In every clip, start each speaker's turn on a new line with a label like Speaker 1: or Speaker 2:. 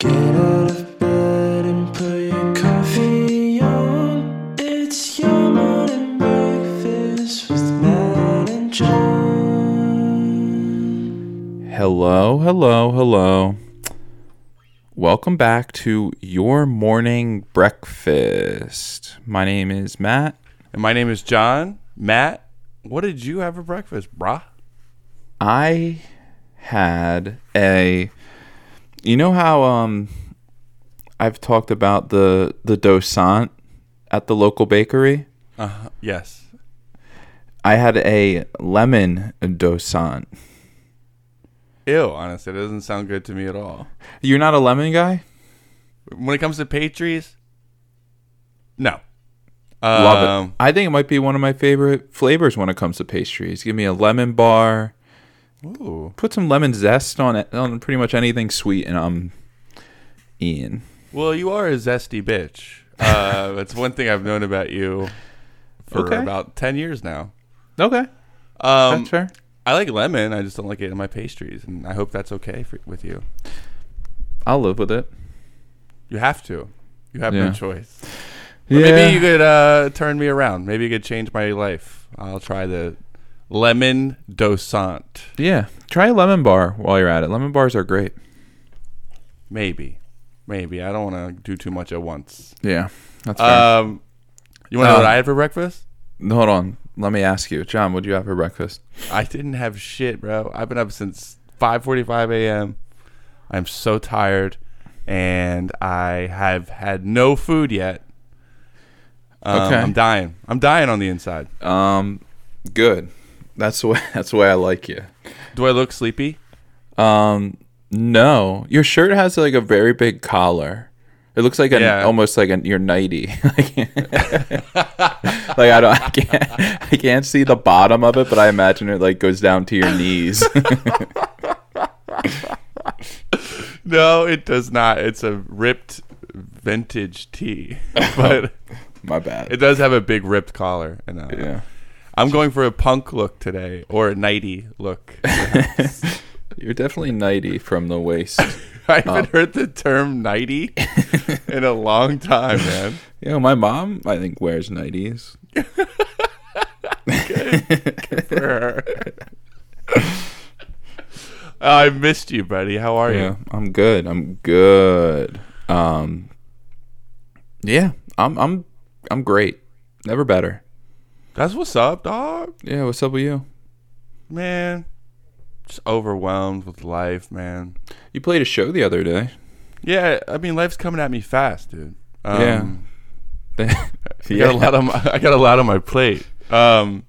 Speaker 1: Get out of bed and put your coffee on. It's your morning breakfast with Matt and John.
Speaker 2: Hello, hello, hello. Welcome back to your morning breakfast. My name is Matt.
Speaker 3: And my name is John. Matt, what did you have for breakfast, brah?
Speaker 2: I had a You know how um I've talked about the the dosant at the local bakery?
Speaker 3: Uh, yes.
Speaker 2: I had a lemon dosant.
Speaker 3: Ew, honestly, that doesn't sound good to me at all.
Speaker 2: You're not a lemon guy?
Speaker 3: When it comes to pastries, no.
Speaker 2: Love it.
Speaker 3: Um,
Speaker 2: I think it might be one of my favorite flavors when it comes to pastries. Give me a lemon bar.
Speaker 3: Ooh.
Speaker 2: put some lemon zest on it on pretty much anything sweet and I'm Ian.
Speaker 3: Well, you are a zesty bitch. Uh, that's one thing I've known about you for
Speaker 2: Okay.
Speaker 3: about 10 years now.
Speaker 2: Okay.
Speaker 3: Um,
Speaker 2: That's fair.
Speaker 3: I like lemon. I just don't like it in my pastries, and I hope that's okay for, with you.
Speaker 2: I'll live with it.
Speaker 3: You have to. You have
Speaker 2: Yeah.
Speaker 3: no choice. But Maybe you could uh, turn me around. Maybe you could change my life. I'll try the lemon dosant.
Speaker 2: yeah. Try a lemon bar while you're at it. Lemon bars are great.
Speaker 3: Maybe. Maybe. I don't want to do too much at once.
Speaker 2: Yeah. That's fair.
Speaker 3: Um, you want to know what
Speaker 2: Um,
Speaker 3: I had for breakfast?
Speaker 2: Uh, Hold on. Let me ask you. John, what'd you have for breakfast?
Speaker 3: I didn't have shit, bro. I've been up since 5:45 a.m. I'm so tired, and I have had no food yet. Um,
Speaker 2: Okay.
Speaker 3: I'm dying. I'm dying on the inside.
Speaker 2: Um good. That's the way that's the way I like you.
Speaker 3: Do I look sleepy?
Speaker 2: Um no. Your shirt has like a very big collar. It looks like an
Speaker 3: Yeah.
Speaker 2: almost like an your nighty. like I don't I can't I can't see the bottom of it, but I imagine it like goes down to your knees.
Speaker 3: No, it does not. It's a ripped vintage tee, but
Speaker 2: My bad.
Speaker 3: it does have a big ripped collar. And uh,
Speaker 2: yeah.
Speaker 3: I'm going for a punk look today or a nighty look. perhaps.
Speaker 2: You're definitely nighty from the waist.
Speaker 3: I haven't
Speaker 2: Oh.
Speaker 3: heard the term nighty in a long time, man.
Speaker 2: you know, my mom I think wears nighties.
Speaker 3: For her. Oh, I missed you, buddy. How are
Speaker 2: Yeah,
Speaker 3: you?
Speaker 2: I'm good. I'm good. Um Yeah, I'm I'm I'm great. Never better.
Speaker 3: That's what's up, dog.
Speaker 2: Yeah, what's up with you?
Speaker 3: Man, just overwhelmed with life, man.
Speaker 2: You played a show the other day.
Speaker 3: Yeah, I mean, life's coming at me fast, dude. Um,
Speaker 2: Yeah.
Speaker 3: I got a lot on my, I got a lot on my plate. Um,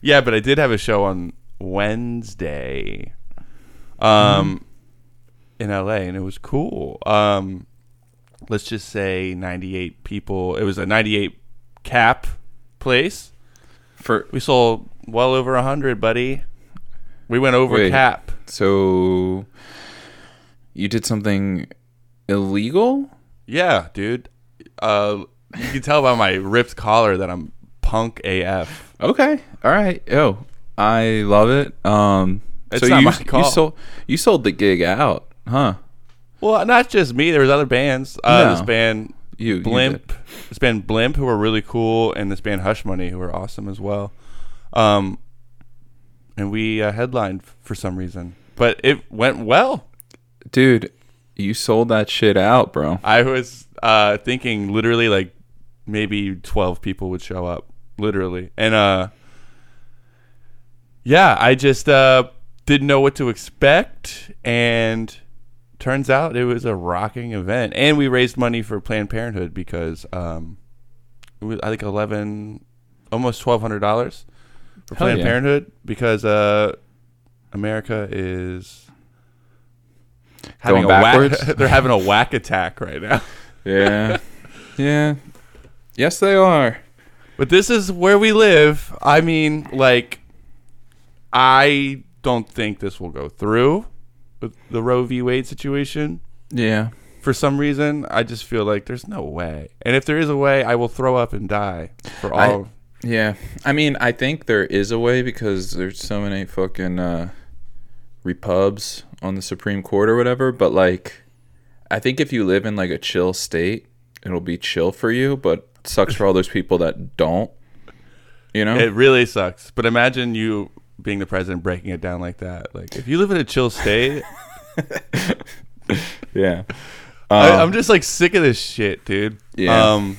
Speaker 3: yeah, but I did have a show on Wednesday, um, in LA, and it was cool. Um, let's just say ninety eight people. It was a ninety eight cap place.
Speaker 2: for
Speaker 3: We sold well over hundred, buddy. We went over
Speaker 2: Wait.
Speaker 3: cap.
Speaker 2: so you did something illegal?
Speaker 3: Yeah, dude. Uh, you can tell by my ripped collar that I'm punk AF.
Speaker 2: Okay. All right. Yo, I love it. Um
Speaker 3: It's
Speaker 2: so
Speaker 3: not
Speaker 2: you
Speaker 3: my call.
Speaker 2: you sold you sold the gig out, huh?
Speaker 3: Well, not just me. There was other bands. Uh,
Speaker 2: No.
Speaker 3: This band
Speaker 2: You you
Speaker 3: Blimp, this band Blimp, who were really cool, and this band Hush Money, who were awesome as well. Um, and we uh, headlined f- for some reason, but it went well.
Speaker 2: did. Dude, you sold that shit out, bro.
Speaker 3: I was uh, thinking literally like maybe twelve people would show up, literally, and uh, yeah, I just uh, didn't know what to expect, and turns out it was a rocking event, and we raised money for Planned Parenthood because um, it was I think eleven, almost twelve hundred dollars for
Speaker 2: Hell
Speaker 3: Planned
Speaker 2: yeah.
Speaker 3: Parenthood because uh, America is.
Speaker 2: Going
Speaker 3: Having a whack,
Speaker 2: backwards?
Speaker 3: they're having a whack attack right now.
Speaker 2: Yeah. yeah. Yes, they are.
Speaker 3: But this is where we live. I mean, like, I don't think this will go through with the Roe v. Wade situation.
Speaker 2: Yeah.
Speaker 3: For some reason, I just feel like there's no way. And if there is a way, I will throw up and die for
Speaker 2: I-
Speaker 3: all.
Speaker 2: Yeah. I mean, I think there is a way because there's so many fucking uh repubs on the Supreme Court or whatever, but like I think if you live in like a chill state, it'll be chill for you, but sucks for all those people that don't. You know?
Speaker 3: It really sucks. But imagine you being the president breaking it down like that. Like if you live in a chill state,
Speaker 2: yeah.
Speaker 3: I, I'm just like sick of this shit, dude.
Speaker 2: Um, Yeah.
Speaker 3: Um,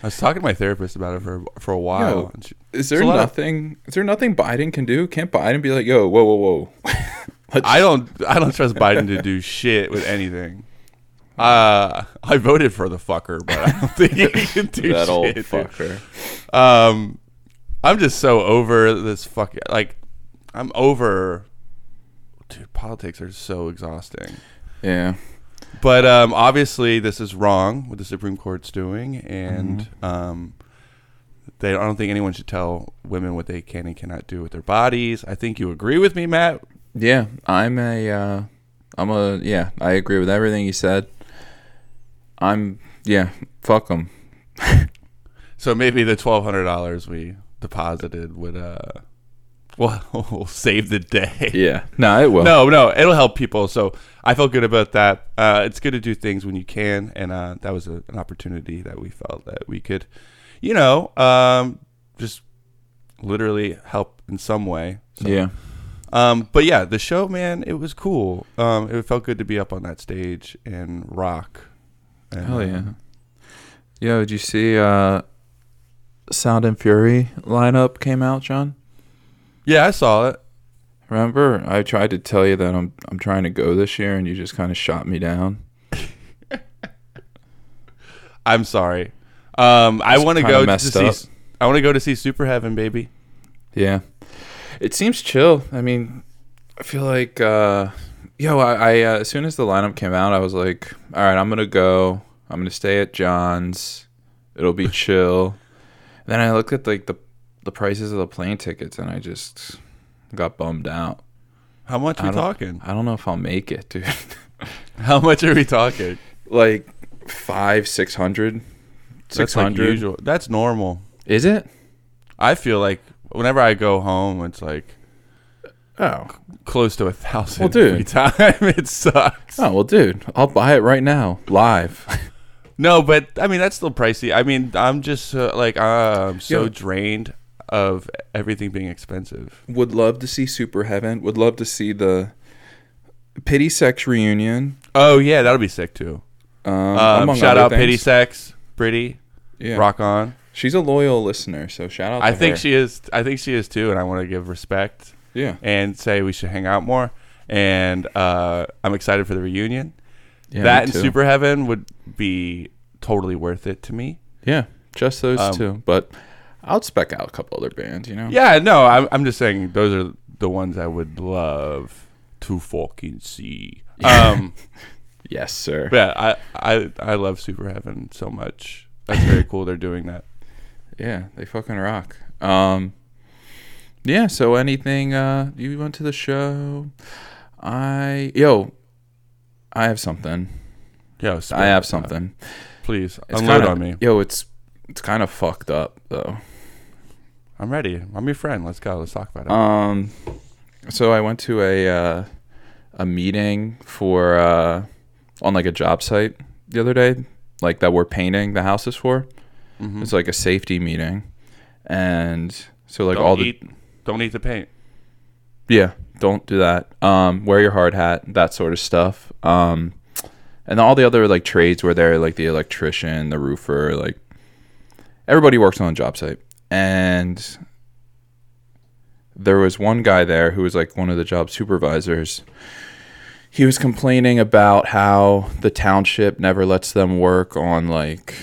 Speaker 3: I was talking to my therapist about it for for a while.
Speaker 2: Yo,
Speaker 3: and she-
Speaker 2: Is there
Speaker 3: it's a lot of-
Speaker 2: nothing? is there nothing Biden can do? Can't Biden be like, yo, whoa, whoa, whoa? Let's-
Speaker 3: I don't I don't trust Biden to do shit with anything. Uh, I voted for the fucker, but I don't think he can do
Speaker 2: that
Speaker 3: shit.
Speaker 2: old
Speaker 3: dude.
Speaker 2: fucker.
Speaker 3: Um, I'm just so over this fuck. Like, I'm over. Dude, politics are so exhausting.
Speaker 2: Yeah.
Speaker 3: But um, obviously, this is wrong what the Supreme Court's doing, and
Speaker 2: Mm-hmm.
Speaker 3: um, they. I don't think anyone should tell women what they can and cannot do with their bodies. I think you agree with me, Matt.
Speaker 2: Yeah. I'm a, uh, I'm a, yeah, I agree with everything you said. I'm, yeah, fuck them.
Speaker 3: So maybe the twelve hundred dollars we deposited would uh, well, will save the day.
Speaker 2: Yeah. No, it will.
Speaker 3: No, no, it'll help people. So I felt good about that. Uh, it's good to do things when you can, and uh, that was a, an opportunity that we felt that we could, you know, um, just literally help in some way. So,
Speaker 2: Yeah.
Speaker 3: Um, but yeah, the show, man, it was cool. Um, it felt good to be up on that stage and rock. And,
Speaker 2: Hell yeah.
Speaker 3: um,
Speaker 2: Yo, did you see uh Sound and Fury lineup came out, John?
Speaker 3: yeah, I saw it.
Speaker 2: Remember? I tried to tell you that I'm I'm trying to go this year and you just kinda shot me down.
Speaker 3: I'm sorry. Um, I
Speaker 2: It's
Speaker 3: want to
Speaker 2: kinda
Speaker 3: go to
Speaker 2: messed
Speaker 3: see.
Speaker 2: up.
Speaker 3: I want to go to see Super Heaven, baby.
Speaker 2: Yeah. It seems chill. I mean, I feel like uh yo, I, I uh, as soon as the lineup came out, I was like, All right, I'm gonna go. I'm gonna stay at John's. It'll be chill. then I looked at like the the prices of the plane tickets and I just got bummed out.
Speaker 3: How much
Speaker 2: I
Speaker 3: we
Speaker 2: don't-
Speaker 3: talking?
Speaker 2: I don't know if I'll make it, dude.
Speaker 3: How much are we talking?
Speaker 2: like five, six hundred. Six
Speaker 3: That's like
Speaker 2: hundred.
Speaker 3: usual. That's normal.
Speaker 2: Is it?
Speaker 3: I feel like whenever I go home, it's like
Speaker 2: Oh.
Speaker 3: close to a thousand
Speaker 2: Well, dude.
Speaker 3: every time. It sucks.
Speaker 2: Oh well dude, I'll buy it right now. Live.
Speaker 3: No, but I mean that's still pricey. I mean I'm just uh, like uh, I'm so
Speaker 2: Yeah.
Speaker 3: drained of everything being expensive.
Speaker 2: Would love to see Super Heaven. Would love to see the Pity Sex reunion.
Speaker 3: Oh yeah, that'll be sick too.
Speaker 2: Um,
Speaker 3: Um,
Speaker 2: among
Speaker 3: shout
Speaker 2: other
Speaker 3: out Pity
Speaker 2: things.
Speaker 3: Sex, Pretty,
Speaker 2: Yeah.
Speaker 3: Rock On.
Speaker 2: She's a loyal listener, so shout out.
Speaker 3: I
Speaker 2: to
Speaker 3: think
Speaker 2: her.
Speaker 3: she is. I think she is too, and I want to give respect.
Speaker 2: Yeah.
Speaker 3: and say we should hang out more. And uh, I'm excited for the reunion.
Speaker 2: Yeah,
Speaker 3: that
Speaker 2: me
Speaker 3: and
Speaker 2: too.
Speaker 3: Super Heaven would be totally worth it to me.
Speaker 2: Yeah, just those
Speaker 3: Um,
Speaker 2: two. But I'll spec out a couple other bands. You know.
Speaker 3: Yeah, no, I'm, I'm just saying those are the ones I would love to fucking see. Um,
Speaker 2: Yes, sir.
Speaker 3: but yeah, I, I I love Super Heaven so much. That's very cool. They're doing that.
Speaker 2: Yeah, they fucking rock. Um Yeah, so anything uh you went to the show? I yo, I have something.
Speaker 3: Yo,
Speaker 2: I have something.
Speaker 3: Please
Speaker 2: It's
Speaker 3: unload
Speaker 2: kinda,
Speaker 3: on me.
Speaker 2: Yo, it's it's kind of fucked up though.
Speaker 3: I'm ready. I'm your friend. Let's go. Let's talk about it.
Speaker 2: Um so I went to a uh a meeting for uh on like a job site the other day, like that we're painting the houses for.
Speaker 3: Mhm.
Speaker 2: It's like a safety meeting. And so like
Speaker 3: don't
Speaker 2: all the
Speaker 3: eat, don't eat the paint.
Speaker 2: Yeah, don't do that. Um, wear your hard hat, that sort of stuff. Um, and all the other like trades were there, like the electrician, the roofer, like everybody works on a job site. And there was one guy there who was like one of the job supervisors. He was complaining about how the township never lets them work on like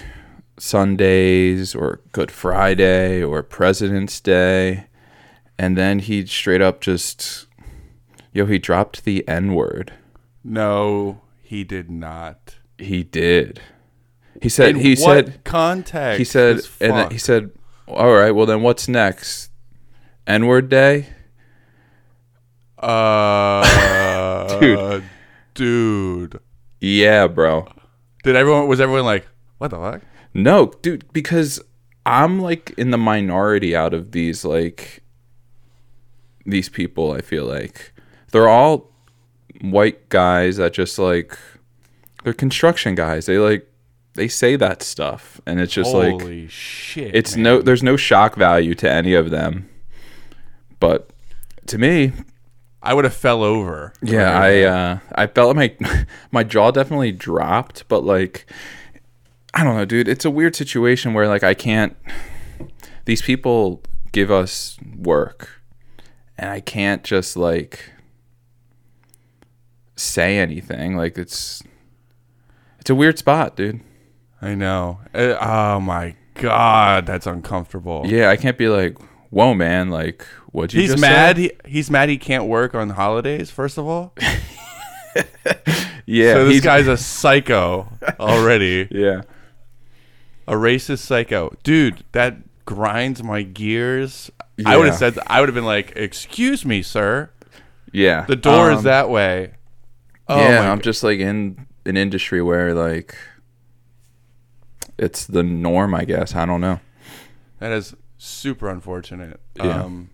Speaker 2: Sundays or Good Friday or President's Day and then he straight up just yo he dropped the n word
Speaker 3: No, he did not.
Speaker 2: he did he said
Speaker 3: In
Speaker 2: he
Speaker 3: what
Speaker 2: said
Speaker 3: context.
Speaker 2: he said
Speaker 3: is
Speaker 2: and then
Speaker 3: fuck?
Speaker 2: he said all right well then what's next n word day
Speaker 3: uh, dude, dude,
Speaker 2: yeah bro
Speaker 3: did everyone was everyone like, what the fuck?
Speaker 2: no dude because i'm like in the minority out of these like these people i feel like they're all white guys that just like they're construction guys. They like they say that stuff, and it's just
Speaker 3: Holy
Speaker 2: like
Speaker 3: shit.
Speaker 2: it's
Speaker 3: man.
Speaker 2: no there's no shock value to any of them. But to me,
Speaker 3: I would have fell over.
Speaker 2: yeah, I uh, I felt like my my jaw definitely dropped, but like I don't know, dude. It's a weird situation where like I can't. These people give us work, and I can't just like say anything. Like it's it's a weird spot, dude.
Speaker 3: I know. Uh, oh my god, that's uncomfortable.
Speaker 2: Yeah, I can't be like, whoa, man. Like, what'd you?
Speaker 3: He's
Speaker 2: just
Speaker 3: mad.
Speaker 2: say?"
Speaker 3: He, he's mad. He can't work on holidays. First of all,
Speaker 2: Yeah,
Speaker 3: so this
Speaker 2: he's-
Speaker 3: guy's a psycho already.
Speaker 2: Yeah,
Speaker 3: a racist psycho, dude. That grinds my gears. I would have
Speaker 2: Yeah.
Speaker 3: said. I would have been like, "Excuse me, sir.
Speaker 2: yeah.
Speaker 3: The door
Speaker 2: Um,
Speaker 3: is that way." Oh
Speaker 2: yeah,
Speaker 3: my
Speaker 2: I'm just like in an industry where like it's the norm, I guess. I don't know.
Speaker 3: That is super unfortunate.
Speaker 2: Yeah.
Speaker 3: Um,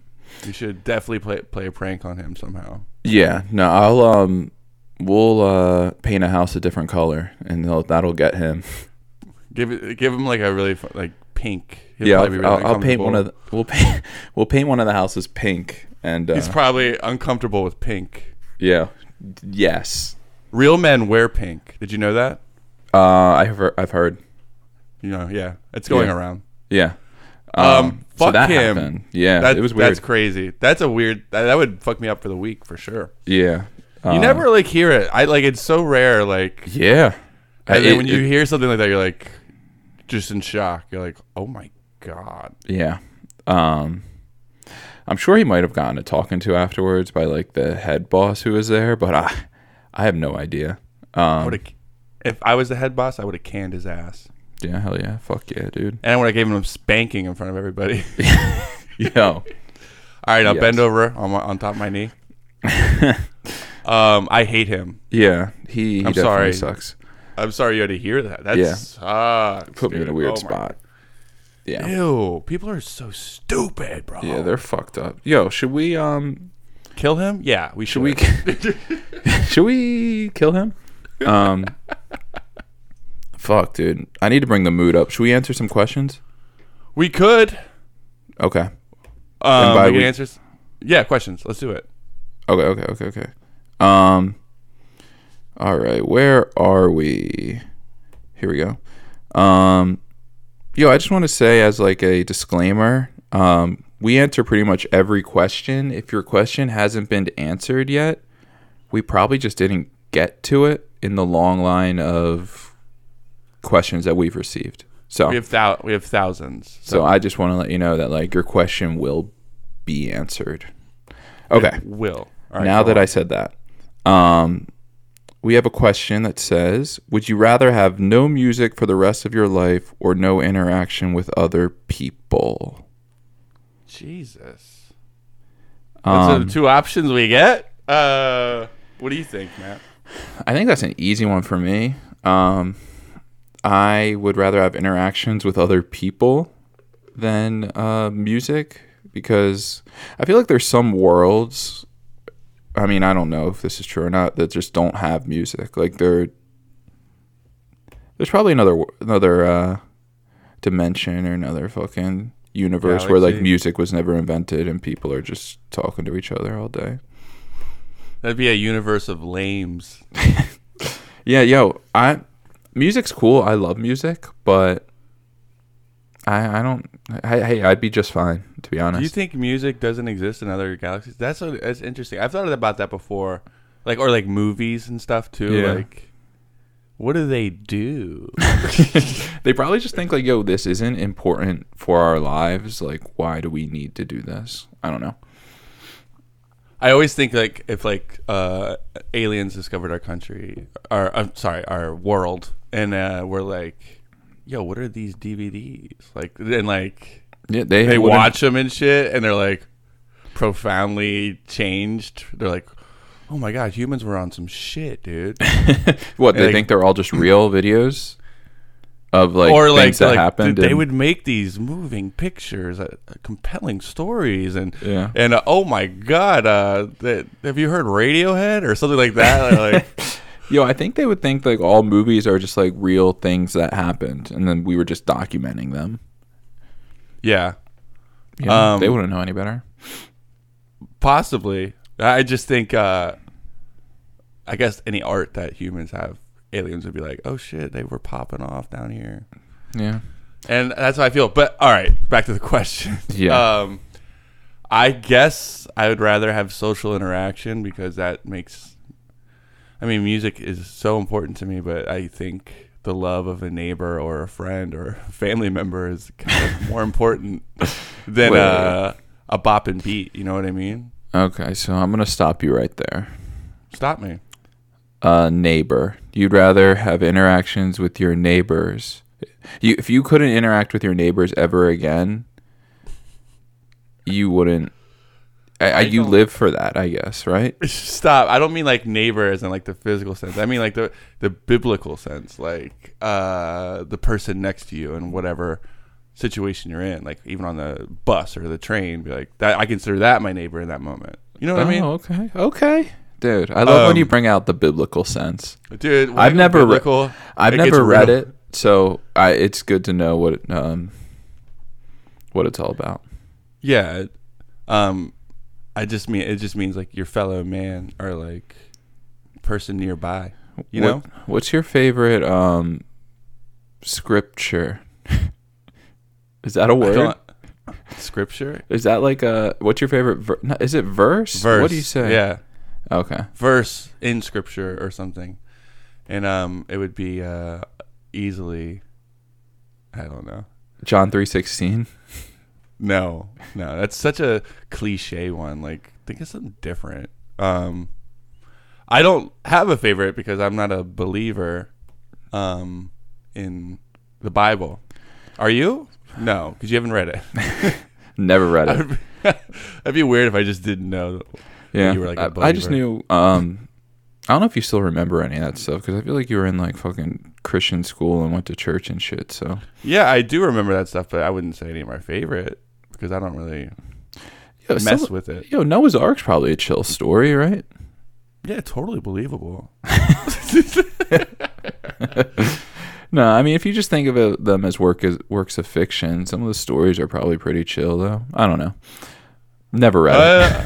Speaker 3: you should definitely play play a prank on him somehow.
Speaker 2: Yeah, no, I'll um, we'll uh paint a house a different color, and they'll, that'll get him.
Speaker 3: Give it, give him like a really fu- like pink. He'll
Speaker 2: yeah, I'll,
Speaker 3: probably be
Speaker 2: I'll,
Speaker 3: really
Speaker 2: I'll paint one
Speaker 3: uncomfortable.
Speaker 2: of the, we'll paint we'll paint one of the houses pink, and uh,
Speaker 3: He's probably uncomfortable with pink.
Speaker 2: yeah, D- yes.
Speaker 3: Real men wear pink. Did you know that?
Speaker 2: Uh, I've heard, I've heard.
Speaker 3: You know, yeah, it's going
Speaker 2: Yeah.
Speaker 3: around.
Speaker 2: Yeah.
Speaker 3: Um,
Speaker 2: so
Speaker 3: fuck
Speaker 2: that
Speaker 3: him.
Speaker 2: happened. Yeah,
Speaker 3: That,
Speaker 2: it was weird.
Speaker 3: That's crazy. That's a weird. That, that would fuck me up for the week for sure.
Speaker 2: yeah.
Speaker 3: You
Speaker 2: Uh,
Speaker 3: never like hear it. I like it's so rare. Like
Speaker 2: Yeah. I-
Speaker 3: and then
Speaker 2: it-
Speaker 3: when you
Speaker 2: it-
Speaker 3: hear something like that, you're like just in shock. You're like, oh my god.
Speaker 2: Yeah. Um I'm sure he might have gotten a talking to afterwards by like the head boss who was there, but I I have no idea. Um,
Speaker 3: I would have. If I was the head boss, I would have canned his ass,
Speaker 2: Yeah, hell yeah. Fuck yeah, dude.
Speaker 3: and I would have given him a spanking in front of everybody.
Speaker 2: Yo.
Speaker 3: All right, I'll
Speaker 2: Yes.
Speaker 3: bend over on my, on top of my knee. um, I hate him.
Speaker 2: Yeah. He, he
Speaker 3: I'm
Speaker 2: definitely
Speaker 3: sorry.
Speaker 2: sucks.
Speaker 3: I'm sorry you had to hear that. That
Speaker 2: Yeah.
Speaker 3: sucks.
Speaker 2: Put me in
Speaker 3: dude.
Speaker 2: a weird
Speaker 3: Oh my-
Speaker 2: spot. Yeah.
Speaker 3: Ew, people are so stupid, bro.
Speaker 2: Yeah, they're fucked up. Yo, should we um
Speaker 3: kill him. Yeah, we should.
Speaker 2: should we should we kill him? Um Fuck, dude. I need to bring the mood up. Should we answer some questions?
Speaker 3: We could.
Speaker 2: Okay.
Speaker 3: Um,
Speaker 2: by
Speaker 3: we can
Speaker 2: we-
Speaker 3: answer. s- Yeah, questions. Let's do it.
Speaker 2: Okay, okay, okay, okay. Um All right, where are we? Here we go. Um Yo, I just want to say as like a disclaimer, um we answer pretty much every question. If your question hasn't been answered yet, we probably just didn't get to it in the long line of questions that we've received. So
Speaker 3: We have thou- we have thousands.
Speaker 2: so I just want to let you know that like your question will be answered. Okay
Speaker 3: Will. All right,
Speaker 2: now
Speaker 3: go
Speaker 2: that
Speaker 3: on.
Speaker 2: I said that, um, we have a question that says Would you rather have no music for the rest of your life or no interaction with other people?
Speaker 3: Jesus.
Speaker 2: um,
Speaker 3: Those are the two options we get. Uh, what do you think, Matt?
Speaker 2: I think that's an easy one for me. Um, I would rather have interactions with other people than uh, music because I feel like there's some worlds. I mean, I don't know if this is true or not that just don't have music. Like there, there's probably another wo- another uh, dimension or another fucking universe where like
Speaker 3: Galaxy.
Speaker 2: music was never invented and people are just talking to each other all day.
Speaker 3: That'd be a universe of lames.
Speaker 2: Yeah, yo, I music's cool. I love music, but I I don't. I, hey, I'd be just fine to be honest.
Speaker 3: Do you think music doesn't exist in other galaxies? That's what, that's interesting. I've thought about that before, like or like movies and stuff too.
Speaker 2: Yeah.
Speaker 3: Like, what do they do?
Speaker 2: they probably just think like, yo, this isn't important for our lives. Like, why do we need to do this? I don't know.
Speaker 3: I always think like if like uh, aliens discovered our country, or I'm sorry, our world, and uh, we're like, yo, what are these DVDs like? And like
Speaker 2: Yeah, they
Speaker 3: they
Speaker 2: wouldn't-
Speaker 3: watch them and shit, and they're like profoundly changed. They're like, oh my god, humans were on some shit, dude.
Speaker 2: What they
Speaker 3: like-
Speaker 2: think they're all just real videos of like
Speaker 3: or
Speaker 2: things
Speaker 3: like,
Speaker 2: that
Speaker 3: like,
Speaker 2: happened.
Speaker 3: dude, they
Speaker 2: and-
Speaker 3: would make these moving pictures, uh, compelling stories, and
Speaker 2: Yeah.
Speaker 3: and uh, oh my god, uh, that, have you heard Radiohead or something like that? They're like,
Speaker 2: Yo, I think they would think like all movies are just like real things that happened, and then we were just documenting them.
Speaker 3: Yeah,
Speaker 2: You know,
Speaker 3: Um,
Speaker 2: they wouldn't know any better.
Speaker 3: possibly. I just think, uh, I guess any art that humans have, aliens would be like, oh shit, they were popping off down here.
Speaker 2: Yeah.
Speaker 3: And that's how I feel. But all right, back to the question.
Speaker 2: Yeah.
Speaker 3: Um, I guess I would rather have social interaction because that makes. I mean, music is so important to me, but I think the love of a neighbor or a friend or a family member is kind of more important than
Speaker 2: Wait.
Speaker 3: uh, a bop and beat. You know what I mean?
Speaker 2: Okay, so I'm gonna stop you right there.
Speaker 3: Stop me.
Speaker 2: uh, neighbor. You'd rather have interactions with your neighbors. You, if you couldn't interact with your neighbors ever again, you wouldn't. I, I, you
Speaker 3: don't-
Speaker 2: live for that, I guess, right?
Speaker 3: Stop. I don't mean like neighbor as in like the physical sense. I mean like the the biblical sense, like uh the person next to you and whatever situation you're in, like even on the bus or the train, be like that I consider that my neighbor in that moment. You know what I mean?
Speaker 2: Oh, okay, okay, dude. I love when
Speaker 3: Um,
Speaker 2: you bring out the biblical sense.
Speaker 3: Dude, when
Speaker 2: I've
Speaker 3: I go
Speaker 2: never re-
Speaker 3: biblical,
Speaker 2: I've
Speaker 3: it gets
Speaker 2: never read
Speaker 3: real.
Speaker 2: it, so I, it's good to know what um, what it's all about.
Speaker 3: Yeah. it- Um I just mean it just means like your fellow man or like person nearby. You
Speaker 2: What-
Speaker 3: know?
Speaker 2: what's your favorite um scripture? Is that a
Speaker 3: I
Speaker 2: word?
Speaker 3: don't- Scripture?
Speaker 2: Is that like a what's your favorite? Ver- no, is it verse?
Speaker 3: Verse.
Speaker 2: What do you say?
Speaker 3: Yeah.
Speaker 2: Okay.
Speaker 3: verse in scripture or something and um it would be uh easily i don't know
Speaker 2: John three sixteen.
Speaker 3: no no that's such a cliche one like think of something different um i don't have a favorite because i'm not a believer um in the bible are you no because you haven't read it
Speaker 2: Never read it.
Speaker 3: that'd be weird if i just didn't know
Speaker 2: yeah.
Speaker 3: you were like a
Speaker 2: I, I just
Speaker 3: believer.
Speaker 2: knew. Um, I don't know if you still remember any of that stuff because I feel like you were in like fucking Christian school and went to church and shit. So
Speaker 3: yeah i do remember that stuff but i wouldn't say any of my favorite because i don't really
Speaker 2: yo,
Speaker 3: mess
Speaker 2: some-
Speaker 3: with it
Speaker 2: yo Noah's Ark's probably a chill story, right?
Speaker 3: Yeah, totally believable.
Speaker 2: No, I mean if you just think of it, them as work as works of fiction, some of the stories are probably pretty chill though. I don't know. Never read it.
Speaker 3: Uh,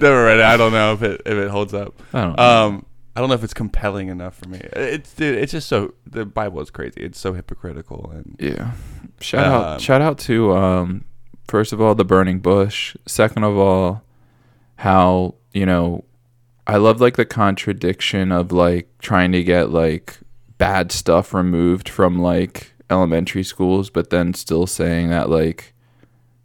Speaker 3: never read it. I don't know if it if it holds up.
Speaker 2: I don't know.
Speaker 3: Um, I don't know if it's compelling enough for me. It's dude, it's just so the Bible is crazy. It's so hypocritical and
Speaker 2: Yeah. Shout
Speaker 3: Um,
Speaker 2: out shout out to um first of all the burning bush. Second of all, how, you know, I love like the contradiction of like trying to get like bad stuff removed from like elementary schools, but then still saying that like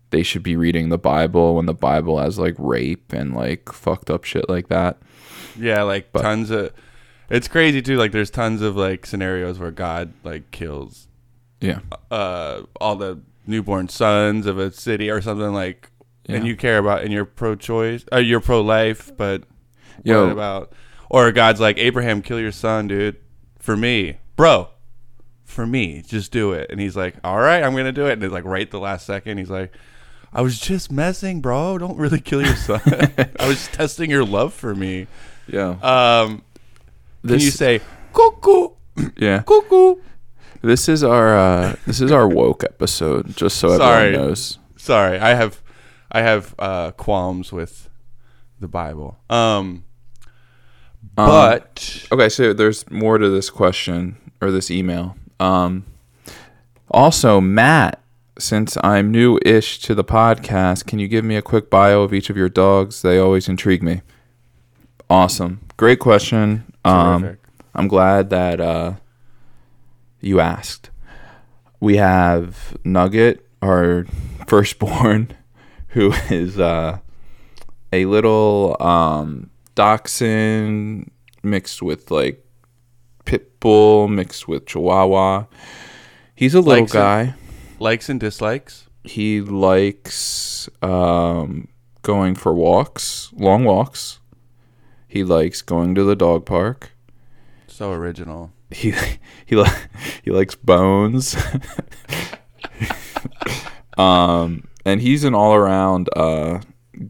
Speaker 2: they should be reading the Bible when the Bible has like rape and like fucked up shit like that.
Speaker 3: yeah, like tons of. It's crazy too. Like there's tons of like scenarios where God like kills
Speaker 2: Yeah.
Speaker 3: uh all the newborn sons of a city or something like, and
Speaker 2: Yeah.
Speaker 3: you care about and you're pro-choice, uh, you're pro-life, but
Speaker 2: Yo,
Speaker 3: What about or God's like Abraham, kill your son, dude, for me, bro, for me, just do it. And he's like, all right, I'm gonna do it. And it's like right the last second, he's like, I was just messing, bro. Don't really kill your son. I was testing your love for me.
Speaker 2: yeah.
Speaker 3: Um,
Speaker 2: This,
Speaker 3: can you say cuckoo,
Speaker 2: yeah.
Speaker 3: cuckoo?
Speaker 2: This is our uh, this is our woke episode. Just so
Speaker 3: Sorry.
Speaker 2: everyone knows.
Speaker 3: Sorry, I have, I have uh, qualms with the Bible. Um,
Speaker 2: Um,
Speaker 3: but
Speaker 2: Okay, so there's more to this question or this email. Um, also, Matt, since I'm new-ish to the podcast, can you give me a quick bio of each of your dogs? They always intrigue me. Awesome, great question. Um,
Speaker 3: Terrific.
Speaker 2: I'm glad that uh, you asked. We have Nugget, our firstborn, who is uh, a little um, dachshund mixed with like pit bull mixed with chihuahua. He's a little
Speaker 3: Likes it.
Speaker 2: guy.
Speaker 3: likes and dislikes.
Speaker 2: He likes um, going for walks, long walks. He likes going to the dog park.
Speaker 3: So original.
Speaker 2: He he li- he likes bones. um, and he's an all around uh,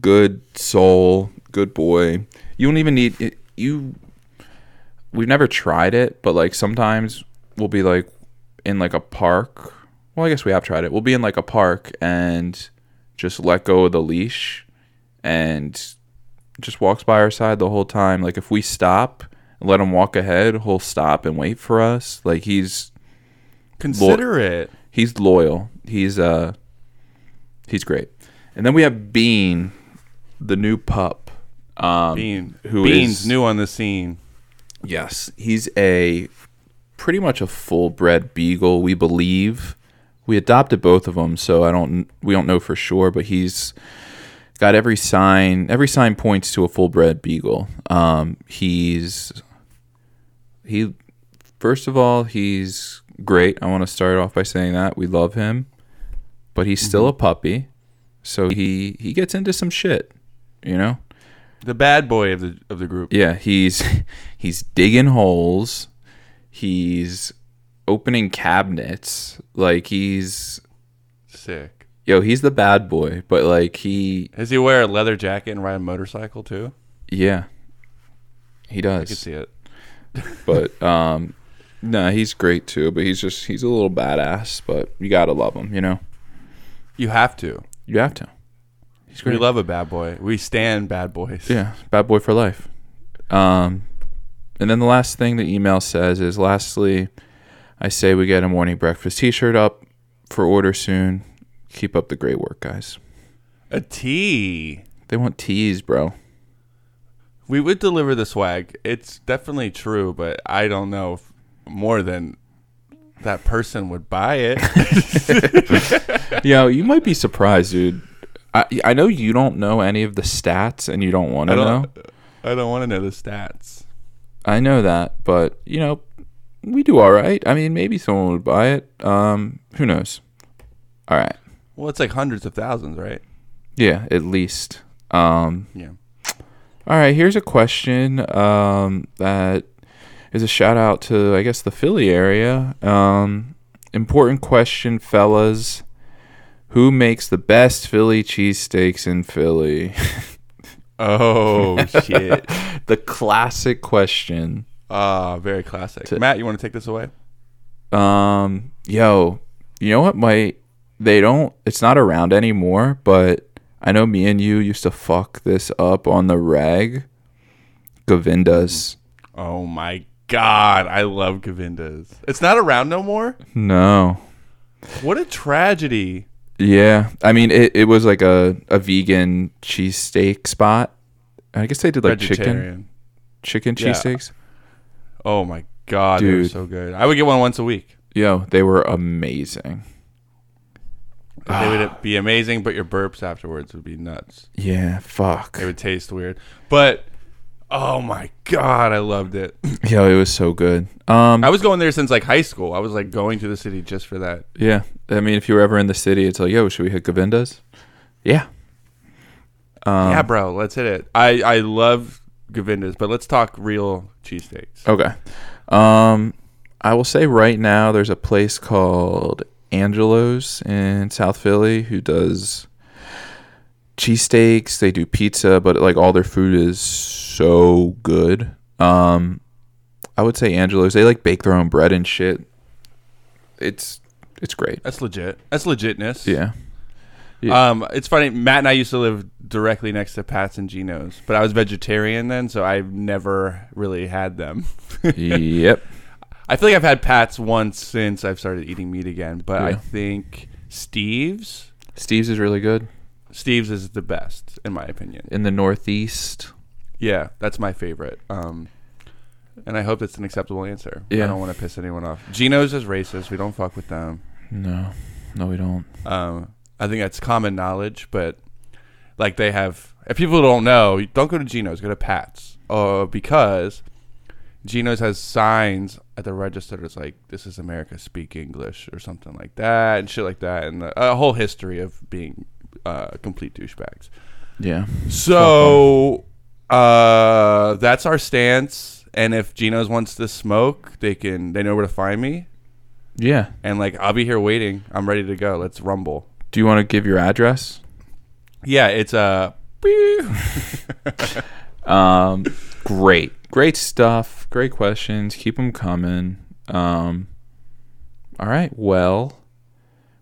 Speaker 2: good soul, good boy. You don't even need you. we've never tried it, but like sometimes we'll be like in like a park. Well, I guess we have tried it. We'll be in like a park and just let go of the leash and just walks by our side the whole time. Like if we stop and let him walk ahead, he'll stop and wait for us. Like he's
Speaker 3: Considerate.
Speaker 2: he's loyal. He's uh he's great. And then we have Bean, the new pup. Um
Speaker 3: Bean.
Speaker 2: who
Speaker 3: Bean's
Speaker 2: is-
Speaker 3: new on the scene.
Speaker 2: Yes, he's a pretty much a full-bred beagle. We believe we adopted both of them, so I don't we don't know for sure, but he's got every sign. Every sign points to a full-bred beagle. Um, he's he first of all he's great. I want to start off by saying that we love him, but he's still a puppy, so he he gets into some shit, you know.
Speaker 3: The bad boy of the of the group.
Speaker 2: Yeah, he's he's digging holes. He's opening cabinets. Like he's
Speaker 3: Sick.
Speaker 2: yo, he's the bad boy, but like he
Speaker 3: Does he wear a leather jacket and ride a motorcycle too?
Speaker 2: yeah. He
Speaker 3: I can
Speaker 2: does.
Speaker 3: see it.
Speaker 2: But um no, he's great too, but he's just he's a little badass, but you got to love him, you know.
Speaker 3: You have to.
Speaker 2: You have to. He's
Speaker 3: We love a bad boy. We stand bad boys.
Speaker 2: Yeah, bad boy for life. Um, and then the last thing the email says is, lastly, I say we get a morning breakfast T-shirt up for order soon. Keep up the great work, guys.
Speaker 3: A T.
Speaker 2: They want teas, bro.
Speaker 3: We would deliver the swag. It's definitely true, but I don't know if more than that person would buy it.
Speaker 2: Yo, you might be surprised, dude. I I know you don't know any of the stats, and you don't want
Speaker 3: I
Speaker 2: to
Speaker 3: don't.
Speaker 2: know.
Speaker 3: I don't want to know the stats.
Speaker 2: I know that, but you know, we do all right. I mean, maybe someone would buy it. Um, who knows? All right.
Speaker 3: Well, it's like hundreds of thousands, right?
Speaker 2: Yeah, at least. Um,
Speaker 3: Yeah.
Speaker 2: All right, here's a question um, that is a shout out to, I guess, the Philly area. Um, important question, fellas. Who makes the best Philly cheesesteaks in Philly?
Speaker 3: Oh shit.
Speaker 2: the classic question.
Speaker 3: Ah, very classic. Matt, you want to take this away?
Speaker 2: Um, yo, you know what might they don't it's not around anymore, but I know me and you used to fuck this up on the rag. Govindas.
Speaker 3: Oh my god, I love Govindas. It's not around no more.
Speaker 2: No.
Speaker 3: What a tragedy.
Speaker 2: Yeah, I mean, it, it was like a, a vegan cheesesteak spot. I guess they did like chicken
Speaker 3: Vegetarian.
Speaker 2: chicken
Speaker 3: Yeah.
Speaker 2: cheesesteaks.
Speaker 3: Oh my god, they were
Speaker 2: Dude.
Speaker 3: so good. I would get one once a week.
Speaker 2: Yo, they were amazing. Ah.
Speaker 3: They would be amazing, but your burps afterwards would be nuts.
Speaker 2: Yeah, fuck.
Speaker 3: It would taste weird. But oh my god, I loved it.
Speaker 2: Yo, it was so good. Um,
Speaker 3: I was going there since like high school. I was like going to the city just for that.
Speaker 2: yeah, I mean, if you were ever in the city, it's like, yo, should we hit Govinda's? Yeah, Um,
Speaker 3: yeah, bro, let's hit it. I I love Govindas, but let's talk real cheesesteaks.
Speaker 2: Okay. Um, I will say right now there's a place called Angelo's in South Philly who does cheesesteaks. They do pizza, but like all their food is so good. Um, I would say Angelo's. They like bake their own bread and shit. It's it's great.
Speaker 3: That's legit. That's legitness.
Speaker 2: Yeah.
Speaker 3: Um, it's funny. Matt and I used to live directly next to Pat's and Gino's, but I was vegetarian then, so I've never really had them.
Speaker 2: yep.
Speaker 3: I feel like I've had Pat's once since I've started eating meat again, but I
Speaker 2: Yeah.
Speaker 3: think Steve's
Speaker 2: Steve's is really good
Speaker 3: Steve's is the best in my opinion.
Speaker 2: in the Northeast.
Speaker 3: Yeah, that's my favorite. Um, and I hope that's an acceptable answer. I
Speaker 2: Yeah.
Speaker 3: don't want to piss anyone off. Gino's is racist. We don't fuck with them.
Speaker 2: No, no, we don't.
Speaker 3: Um, I think that's common knowledge, but like they have, if people don't know, don't go to Geno's, go to Pat's, uh, because Geno's has signs at the register that's like, "This is America, speak English" or something like that, and shit like that, and a whole history of being uh, complete douchebags.
Speaker 2: Yeah.
Speaker 3: So uh, that's our stance. And if Geno's wants to smoke, they can. They know where to find me,
Speaker 2: Yeah.
Speaker 3: and like I'll be here waiting. I'm ready to go. Let's rumble.
Speaker 2: Do you want to give your address?
Speaker 3: uh, Yeah, it's a.
Speaker 2: Um, great, great stuff. Great questions. Keep them coming. Um, all right. Well,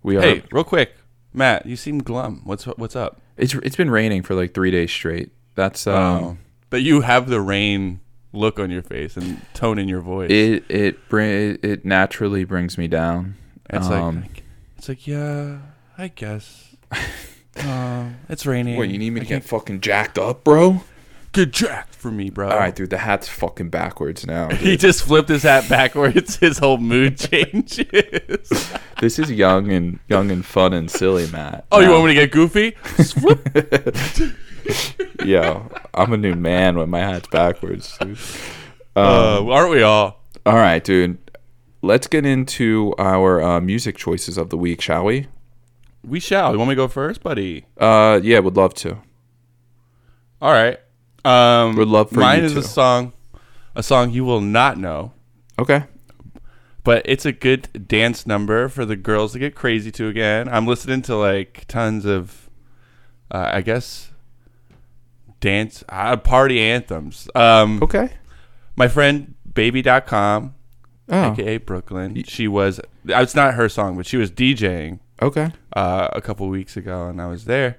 Speaker 2: we are.
Speaker 3: Hey, real quick, Matt, you seem glum. What's what's up?
Speaker 2: It's it's been raining for like three days straight. That's um,
Speaker 3: Oh. But you have the rain look on your face and tone in your voice.
Speaker 2: it it bring it, it naturally brings me down.
Speaker 3: it's
Speaker 2: um,
Speaker 3: like it's like yeah, I guess. Um, it's raining.
Speaker 2: What you need me
Speaker 3: I
Speaker 2: to get
Speaker 3: can't-
Speaker 2: fucking jacked up, bro?
Speaker 3: get jacked for me, bro?
Speaker 2: All right, dude. The hat's fucking backwards now.
Speaker 3: He
Speaker 2: dude.
Speaker 3: just flipped his hat backwards. His whole mood changes.
Speaker 2: this is young and young and fun and silly, Matt.
Speaker 3: Oh, you want me to get goofy? Swoop.
Speaker 2: to? Yo, I'm a new man when my hat's backwards. Dude. Um,
Speaker 3: uh, aren't we all?
Speaker 2: All right, dude. Let's get into our uh, music choices of the week, shall we?
Speaker 3: We shall. You want me to go first, buddy?
Speaker 2: Uh, yeah, would love to.
Speaker 3: All right. Um,
Speaker 2: Would love for
Speaker 3: mine
Speaker 2: you
Speaker 3: is
Speaker 2: to.
Speaker 3: a song, a song you will not know,
Speaker 2: Okay.
Speaker 3: but it's a good dance number for the girls to get crazy to again. I'm listening to like tons of, uh, I guess, dance uh, party anthems. Um,
Speaker 2: Okay.
Speaker 3: My friend baby.com,
Speaker 2: Oh.
Speaker 3: aka Brooklyn, she was. uh, It's not her song, but she was DJing
Speaker 2: Okay.
Speaker 3: uh, a couple weeks ago, and I was there,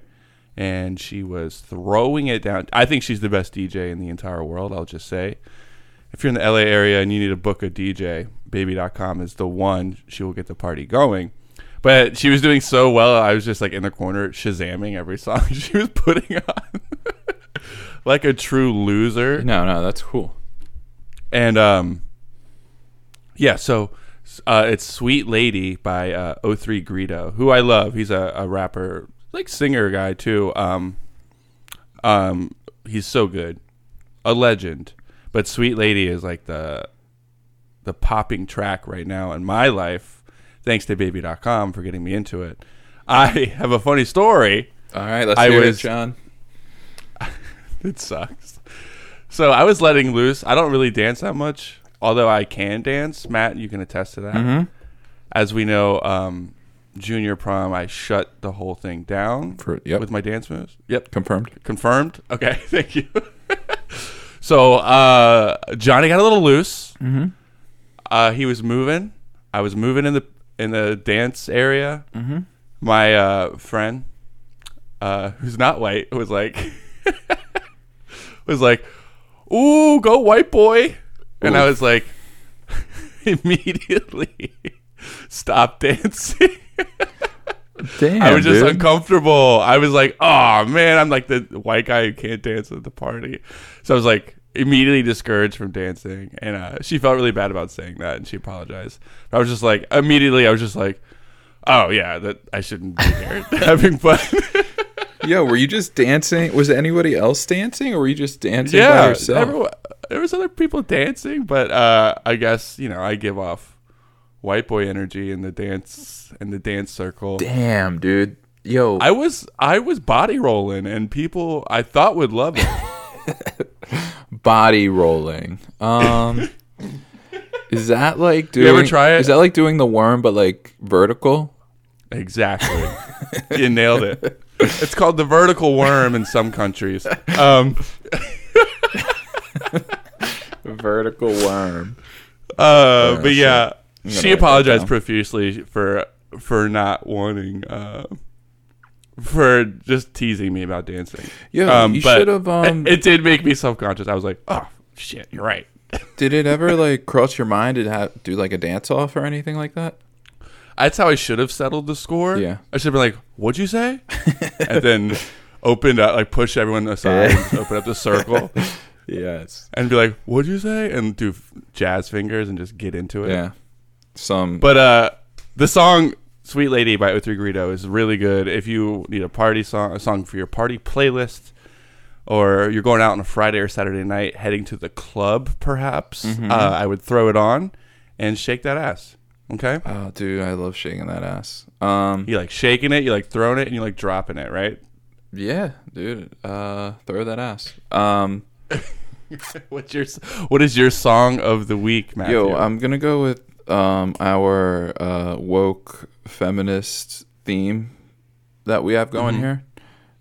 Speaker 3: and she was throwing it down. I think she's the best DJ in the entire world. I'll just say, if you're in the LA area and you need to book a DJ, Baby.com is the one. She will get the party going. But she was doing so well, I was just like in the corner shazamming every song she was putting on, like a true loser
Speaker 2: No, no, that's cool.
Speaker 3: and um yeah so uh it's sweet lady by uh o3 Greedo, who i love he's a, a rapper like singer guy too um um he's so good a legend but sweet lady is like the the popping track right now in my life thanks to baby.com for getting me into it i have a funny story
Speaker 2: All right, let's
Speaker 3: I
Speaker 2: hear
Speaker 3: was-
Speaker 2: it, John.
Speaker 3: it sucks. So I was letting loose. I don't really dance that much, although I can dance. Matt, you can attest to that.
Speaker 2: Mm-hmm.
Speaker 3: As we know, um, junior prom, I shut the whole thing down
Speaker 2: For- yep.
Speaker 3: with my dance moves. Yep,
Speaker 2: Confirmed.
Speaker 3: confirmed. Okay, thank you. so uh, Johnny got a little loose. Mm-hmm. Uh, he was moving. I was moving in the in the dance area. Mm-hmm. My uh, friend, uh, who's not white, was like, was like, "Ooh, go white boy," and I was like, immediately stop dancing.
Speaker 2: Damn,
Speaker 3: I was just
Speaker 2: dude.
Speaker 3: uncomfortable. I was like, oh man, I'm like the white guy who can't dance at the party. So I was like immediately discouraged from dancing. And uh, she felt really bad about saying that and she apologized. But I was just like, immediately, I was just like, oh yeah, that I shouldn't be here having fun.
Speaker 2: Yo, were you just dancing? Was anybody else dancing, or were you just dancing by
Speaker 3: yeah.
Speaker 2: yourself?
Speaker 3: everyone- there was other people dancing, but uh, I guess, you know, I give off white boy energy in the dance in the dance circle.
Speaker 2: Damn, dude. Yo,
Speaker 3: I was I was body rolling and people I thought would love it.
Speaker 2: body rolling. Um, is that like doing?
Speaker 3: ever try it?
Speaker 2: Is that like doing the worm, but like vertical?
Speaker 3: Exactly. you nailed it. It's called the vertical worm in some countries. Um,
Speaker 2: Vertical worm.
Speaker 3: uh, but yeah,
Speaker 2: Oh, gonna
Speaker 3: she
Speaker 2: write that
Speaker 3: apologized
Speaker 2: down.
Speaker 3: profusely for for not wanting uh, for just teasing me about dancing.
Speaker 2: Yeah, you
Speaker 3: but
Speaker 2: should've, um,
Speaker 3: It, it did make me self conscious. I was like, oh shit, you're right.
Speaker 2: Did it ever like cross your mind to ha do like a dance off or anything like that?
Speaker 3: That's how I should have settled the score.
Speaker 2: Yeah.
Speaker 3: I should have been like, what'd you say? and then opened up, like push everyone aside,
Speaker 2: Yeah.
Speaker 3: and open up the circle.
Speaker 2: Yes.
Speaker 3: and be like, "What'd you say?" and do f- jazz fingers and just get into it.
Speaker 2: Yeah. Some.
Speaker 3: But uh, the song "Sweet Lady" by O3 Greedo is really good. If you need a party song, a song for your party playlist, or you're going out on a Friday or Saturday night, heading to the club, perhaps,
Speaker 2: Mm-hmm.
Speaker 3: uh, I would throw it on and shake that ass. Okay.
Speaker 2: oh, dude, I love shaking that ass. Um.
Speaker 3: You like shaking it, you like throwing it, and you like dropping it, right?
Speaker 2: Yeah, dude. Uh, throw that ass. Um.
Speaker 3: What's your s- What is your song of the week, Matthew?
Speaker 2: Yo, I'm gonna go with um our uh woke feminist theme that we have
Speaker 3: Mm-hmm.
Speaker 2: going here.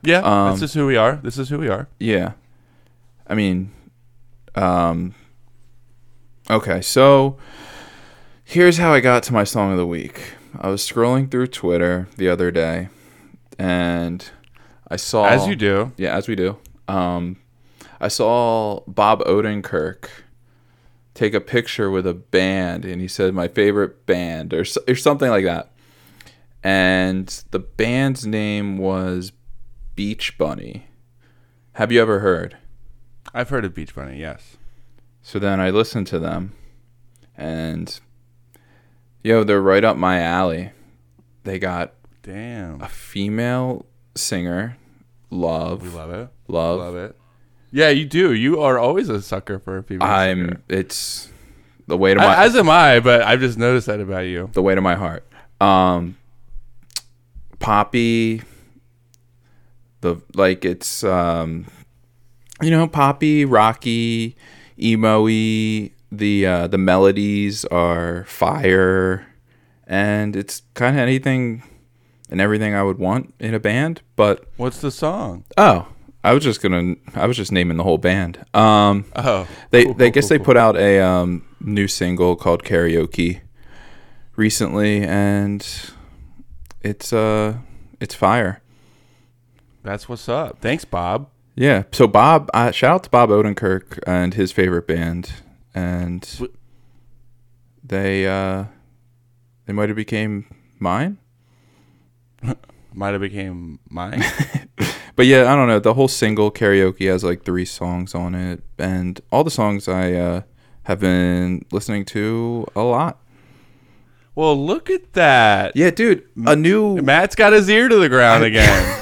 Speaker 3: yeah,
Speaker 2: um,
Speaker 3: this is who we are. This is who we are.
Speaker 2: Yeah. I mean, um, Okay, so here's how I got to my song of the week. I was scrolling through Twitter the other day, and I saw
Speaker 3: As you do.
Speaker 2: yeah, as we do. Um, I saw Bob Odenkirk take a picture with a band, and he said, "My favorite band," or so- or something like that. And the band's name was Beach Bunny. Have you ever heard?
Speaker 3: I've heard of Beach Bunny, yes.
Speaker 2: So then I listened to them, and yo, they're right up my alley. They got
Speaker 3: Damn.
Speaker 2: a female singer, Love,
Speaker 3: We love it.
Speaker 2: love,
Speaker 3: Love it. Yeah, you do. You are always a sucker for a female singer.
Speaker 2: I'm. It's the weight of
Speaker 3: A-
Speaker 2: my
Speaker 3: As am I, but I've just noticed that about you.
Speaker 2: the weight of my heart. Um, Poppy, the like it's um, you know Poppy, Rocky, emo-y, The uh, the melodies are fire, and it's kind of anything and everything I would want in a band. But
Speaker 3: What's the song?
Speaker 2: oh, I was just gonna I was just naming the whole band. Um,
Speaker 3: Oh,
Speaker 2: they
Speaker 3: cool,
Speaker 2: they
Speaker 3: cool,
Speaker 2: guess
Speaker 3: cool,
Speaker 2: they
Speaker 3: cool.
Speaker 2: put out a um, new single called Karaoke recently, and it's uh it's fire.
Speaker 3: That's what's up. Thanks, Bob.
Speaker 2: Yeah. So Bob, uh, shout out to Bob Odenkirk and his favorite band, and
Speaker 3: Wh-
Speaker 2: they uh they might have became mine.
Speaker 3: Might have became mine.
Speaker 2: But yeah, I don't know. The whole single karaoke has like three songs on it, and all the songs I uh, have been listening to a lot.
Speaker 3: well, look at that.
Speaker 2: Yeah, dude,
Speaker 3: Mm,
Speaker 2: a new
Speaker 3: Matt's got his ear to the ground again.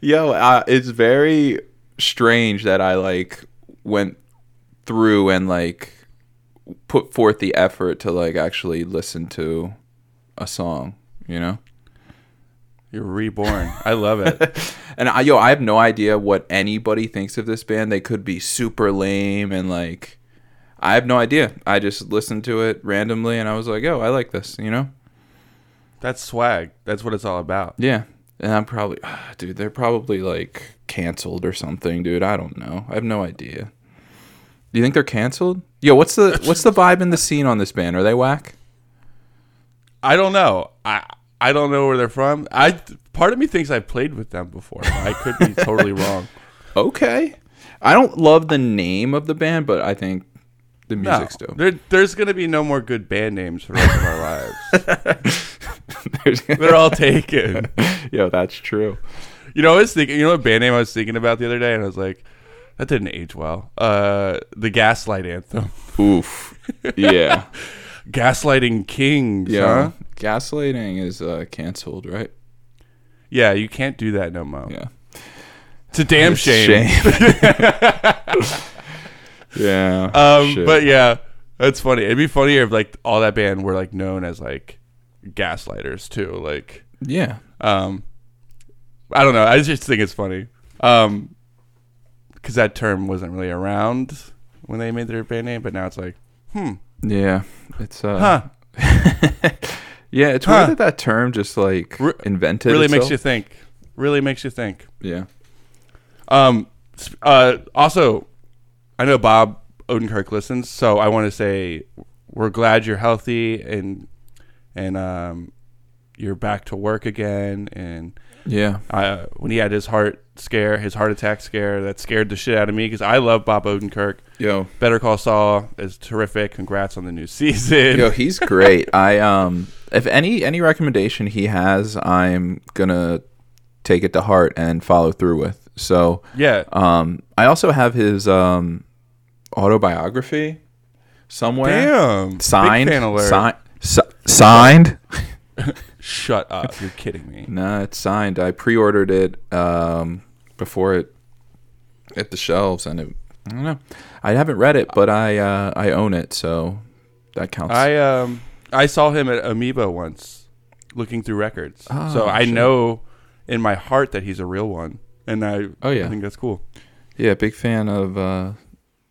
Speaker 2: Yo, uh, it's very strange that I like went through and like put forth the effort to like actually listen to a song, you know?
Speaker 3: You're reborn. I love it.
Speaker 2: And I, yo, I have no idea what anybody thinks of this band. They could be super lame and like I have no idea. I just listened to it randomly and I was like, "Yo, I like this," you know?
Speaker 3: That's swag. That's what it's all about.
Speaker 2: Yeah. And I'm probably dude, they're probably like canceled or something, dude. I don't know. I have no idea. Do you think they're canceled? Yo, what's the what's the vibe in the scene on this band? Are they whack?
Speaker 3: I don't know. I I don't know where they're from. I part of me thinks I've played with them before. I could be totally wrong.
Speaker 2: Okay. I don't love the name of the band, but I think the
Speaker 3: No,
Speaker 2: music's dope.
Speaker 3: there, there's gonna be no more good band names for the rest of our lives.
Speaker 2: There's-
Speaker 3: They're all taken.
Speaker 2: Yo, that's true.
Speaker 3: You know, I was thinking. You know what band name I was thinking about the other day, and I was like, that didn't age well. Uh, the Gaslight Anthem,
Speaker 2: Oof. Yeah.
Speaker 3: Gaslighting Kings.
Speaker 2: yeah.
Speaker 3: Yeah, huh?
Speaker 2: Gaslighting is uh canceled, right?
Speaker 3: yeah. You can't do that no more.
Speaker 2: Yeah.
Speaker 3: It's a damn shame.
Speaker 2: yeah.
Speaker 3: Um,
Speaker 2: shit.
Speaker 3: but yeah, that's funny. It'd be funnier if like all that band were like known as like gaslighters too. Like,
Speaker 2: yeah.
Speaker 3: um, I don't know. I just think it's funny. Um, because that term wasn't really around when they made their band name, but now it's like, hmm,
Speaker 2: Yeah. It's uh
Speaker 3: huh.
Speaker 2: Yeah, it's
Speaker 3: Huh.
Speaker 2: weird that that term just like
Speaker 3: Re-
Speaker 2: invented.
Speaker 3: Really makes you
Speaker 2: itself.
Speaker 3: think. Really makes you think.
Speaker 2: Yeah.
Speaker 3: Um, s- uh, also, I know Bob Odenkirk listens, so I want to say we're glad you're healthy and and um, you're back to work again. And
Speaker 2: Yeah.
Speaker 3: uh, when he had his heart scare, his heart attack scare, that scared the shit out of me because I love Bob Odenkirk.
Speaker 2: Yo.
Speaker 3: Better Call Saul is terrific. Congrats on the new season.
Speaker 2: Yo, he's great. I um if any any recommendation he has, I'm gonna take it to heart and follow through with. So
Speaker 3: yeah,
Speaker 2: um I also have his um autobiography somewhere.
Speaker 3: damn. Big
Speaker 2: Signed.
Speaker 3: fan alert.
Speaker 2: Signed. Si- signed.
Speaker 3: Shut up! You're kidding me.
Speaker 2: No, it's signed. I pre-ordered it um, before it hit the shelves, and it, I don't know. I haven't read it, but I uh, I own it, so that counts.
Speaker 3: I um I saw him at Amoeba once, looking through records.
Speaker 2: Oh,
Speaker 3: so I
Speaker 2: shit.
Speaker 3: know in my heart that he's a real one, and I
Speaker 2: Oh, yeah.
Speaker 3: I think that's cool.
Speaker 2: yeah, big fan of uh,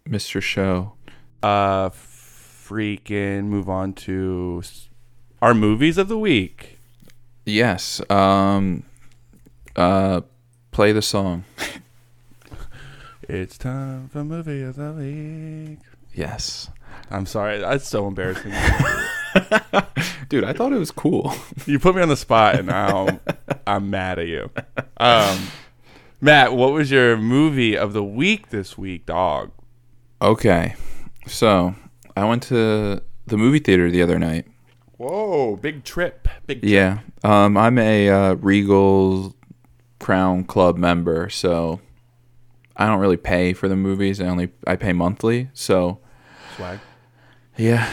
Speaker 2: Mr. Show.
Speaker 3: Uh, freaking move on to s- our movies of the week.
Speaker 2: Yes. Um, uh, play the song.
Speaker 3: It's time for movie of the week.
Speaker 2: Yes.
Speaker 3: I'm sorry. That's so embarrassing.
Speaker 2: Dude, I thought it was cool.
Speaker 3: you put me on the spot, and now I'm mad at you. Um, Matt, what was your movie of the week this week, dog?
Speaker 2: okay. So, I went to the movie theater the other night.
Speaker 3: Whoa, big trip. Big trip.
Speaker 2: Yeah. Um, I'm a uh, Regal Crown Club member, so I don't really pay for the movies. I only I pay monthly. So
Speaker 3: swag.
Speaker 2: yeah,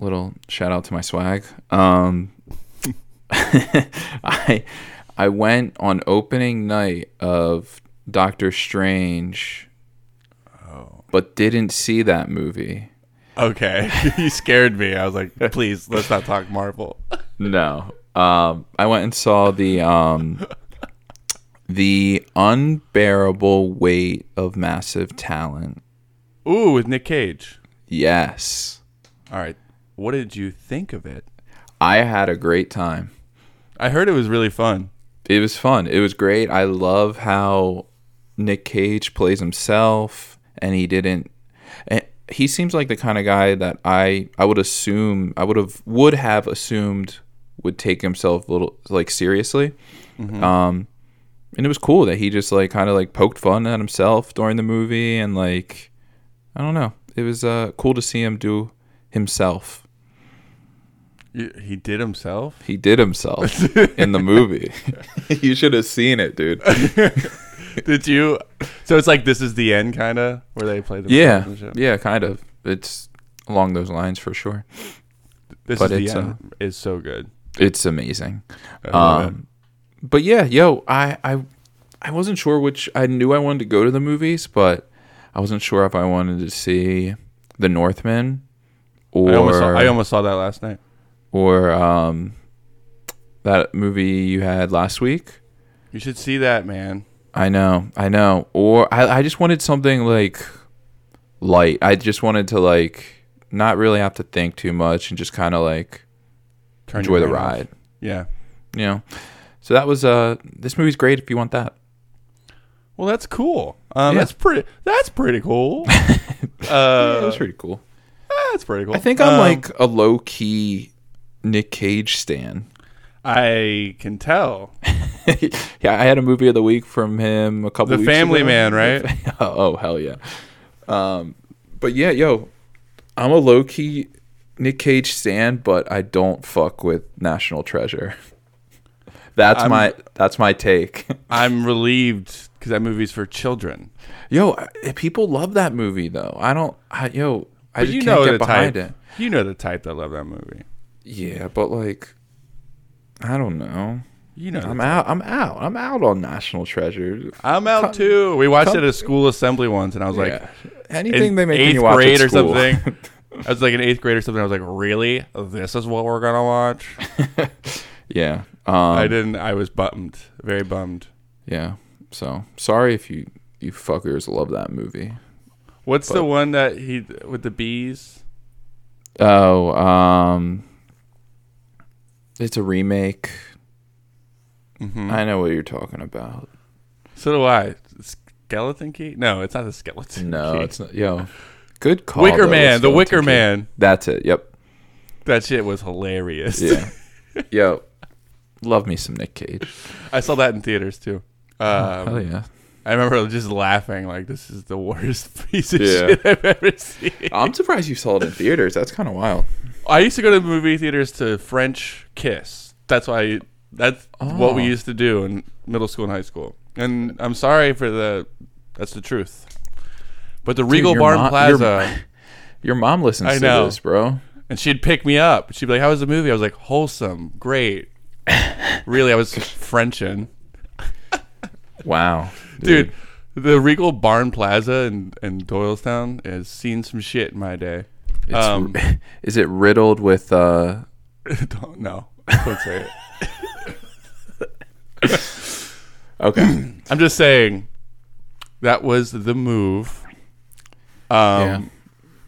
Speaker 2: little shout out to my swag. Um, I I went on opening night of Doctor Strange, but didn't see that movie.
Speaker 3: Okay. you scared me. I was like, please, let's not talk Marvel.
Speaker 2: No. Um, I went and saw the um, the unbearable weight of massive talent.
Speaker 3: Ooh, with Nick Cage.
Speaker 2: Yes,
Speaker 3: All right. What did you think of it?
Speaker 2: I had a great time.
Speaker 3: I heard it was really fun.
Speaker 2: It was fun. It was great. I love how Nick Cage plays himself, and he didn't. And he seems like the kind of guy that I I would assume I would have would have assumed would take himself a little like seriously. Um, and it was cool that he just like kind of like poked fun at himself during the movie, and like I don't know, it was uh cool to see him do himself.
Speaker 3: You- He did himself.
Speaker 2: He did himself in the movie. you should have seen it, dude.
Speaker 3: Did you? So it's like this is the end, kind of, where they play the
Speaker 2: Yeah, yeah, kind of. It's along those lines for sure.
Speaker 3: This
Speaker 2: but
Speaker 3: is the
Speaker 2: it's, uh,
Speaker 3: end. is so good.
Speaker 2: It's amazing.
Speaker 3: I love
Speaker 2: Um, but yeah, yo, I, I, I wasn't sure which. I knew I wanted to go to the movies, but I wasn't sure if I wanted to see The Northman
Speaker 3: it.
Speaker 2: or
Speaker 3: I almost, saw, I almost saw that last night.
Speaker 2: or um, that movie you had last week.
Speaker 3: You should see that, man.
Speaker 2: I know, I know. Or I, I just wanted something like light. I just wanted to like not really have to think too much and just kind of like
Speaker 3: Turn
Speaker 2: enjoy the
Speaker 3: your brain off.
Speaker 2: ride.
Speaker 3: Yeah.
Speaker 2: You know, so that was uh, this movie's great if you want that.
Speaker 3: Well, that's cool. Um,
Speaker 2: Yeah.
Speaker 3: That's pretty. That's pretty cool. uh,
Speaker 2: it was pretty cool.
Speaker 3: that's pretty cool.
Speaker 2: Uh, I think I'm
Speaker 3: Um,
Speaker 2: like a low key Nick Cage stan.
Speaker 3: I can tell.
Speaker 2: yeah, I had a movie of the week from him a couple.
Speaker 3: The
Speaker 2: weeks
Speaker 3: Family
Speaker 2: ago.
Speaker 3: Man, right?
Speaker 2: oh hell yeah. Um, but yeah, yo, I'm a low key Nick Cage stan, but I don't fuck with National Treasure. That's
Speaker 3: I'm-
Speaker 2: my that's my take.
Speaker 3: I'm relieved because that movie's for children.
Speaker 2: yo, I- people love that movie though. I don't. I, yo, I
Speaker 3: But
Speaker 2: just
Speaker 3: you
Speaker 2: can't
Speaker 3: know
Speaker 2: get
Speaker 3: the
Speaker 2: behind
Speaker 3: type.
Speaker 2: it.
Speaker 3: You know the type that love that movie.
Speaker 2: Yeah, but like, I don't know.
Speaker 3: You know. the
Speaker 2: I'm
Speaker 3: type.
Speaker 2: out. I'm out. I'm out on National Treasure.
Speaker 3: I'm out too. We watched it at a school assembly once, and I was like,
Speaker 2: yeah.
Speaker 3: in
Speaker 2: anything they make
Speaker 3: eighth
Speaker 2: when you watch
Speaker 3: grade
Speaker 2: at
Speaker 3: or
Speaker 2: school.
Speaker 3: something. I was like in eighth grade or something. I was like, really? This is what we're gonna watch?
Speaker 2: yeah. Um,
Speaker 3: I didn't. I was bummed. Very bummed.
Speaker 2: Yeah. So sorry if you you fuckers love that movie.
Speaker 3: What's the one that he with the bees?
Speaker 2: Oh, um, it's a remake.
Speaker 3: Mm-hmm.
Speaker 2: I know what you're talking about.
Speaker 3: So do I. Skeleton Key? No, it's not the skeleton.
Speaker 2: No,
Speaker 3: Key.
Speaker 2: it's not. Yo, good call.
Speaker 3: Wicker
Speaker 2: though,
Speaker 3: Man. The
Speaker 2: Skeleton
Speaker 3: Wicker
Speaker 2: Kid.
Speaker 3: Man.
Speaker 2: That's it. Yep.
Speaker 3: That shit was hilarious.
Speaker 2: Yeah. yo, love me some Nick Cage.
Speaker 3: I saw that in theaters too.
Speaker 2: Oh,
Speaker 3: Um,
Speaker 2: Hell yeah.
Speaker 3: I remember just laughing like this is the worst piece of
Speaker 2: Yeah.
Speaker 3: shit I've ever seen.
Speaker 2: I'm surprised you saw it in theaters. That's kind of wild.
Speaker 3: I used to go to movie theaters to French Kiss. That's why. That's what we
Speaker 2: Oh.
Speaker 3: used to do in middle school and high school. And I'm sorry for the. That's the truth. But the Regal
Speaker 2: your
Speaker 3: Barn
Speaker 2: mo- your-
Speaker 3: Plaza,
Speaker 2: Your mom listens
Speaker 3: I
Speaker 2: to
Speaker 3: know.
Speaker 2: this, bro.
Speaker 3: and she'd pick me up. She'd be like, "How was the movie?" I was like, "Wholesome, great." really, I was Frenching,
Speaker 2: Wow,
Speaker 3: dude. The Regal Barn Plaza in, in Doylestown has seen some shit in my day.
Speaker 2: It's,
Speaker 3: Um,
Speaker 2: is it riddled with uh?
Speaker 3: don't know. Don't say it.
Speaker 2: Okay,
Speaker 3: I'm just saying that was the move. Um,
Speaker 2: yeah.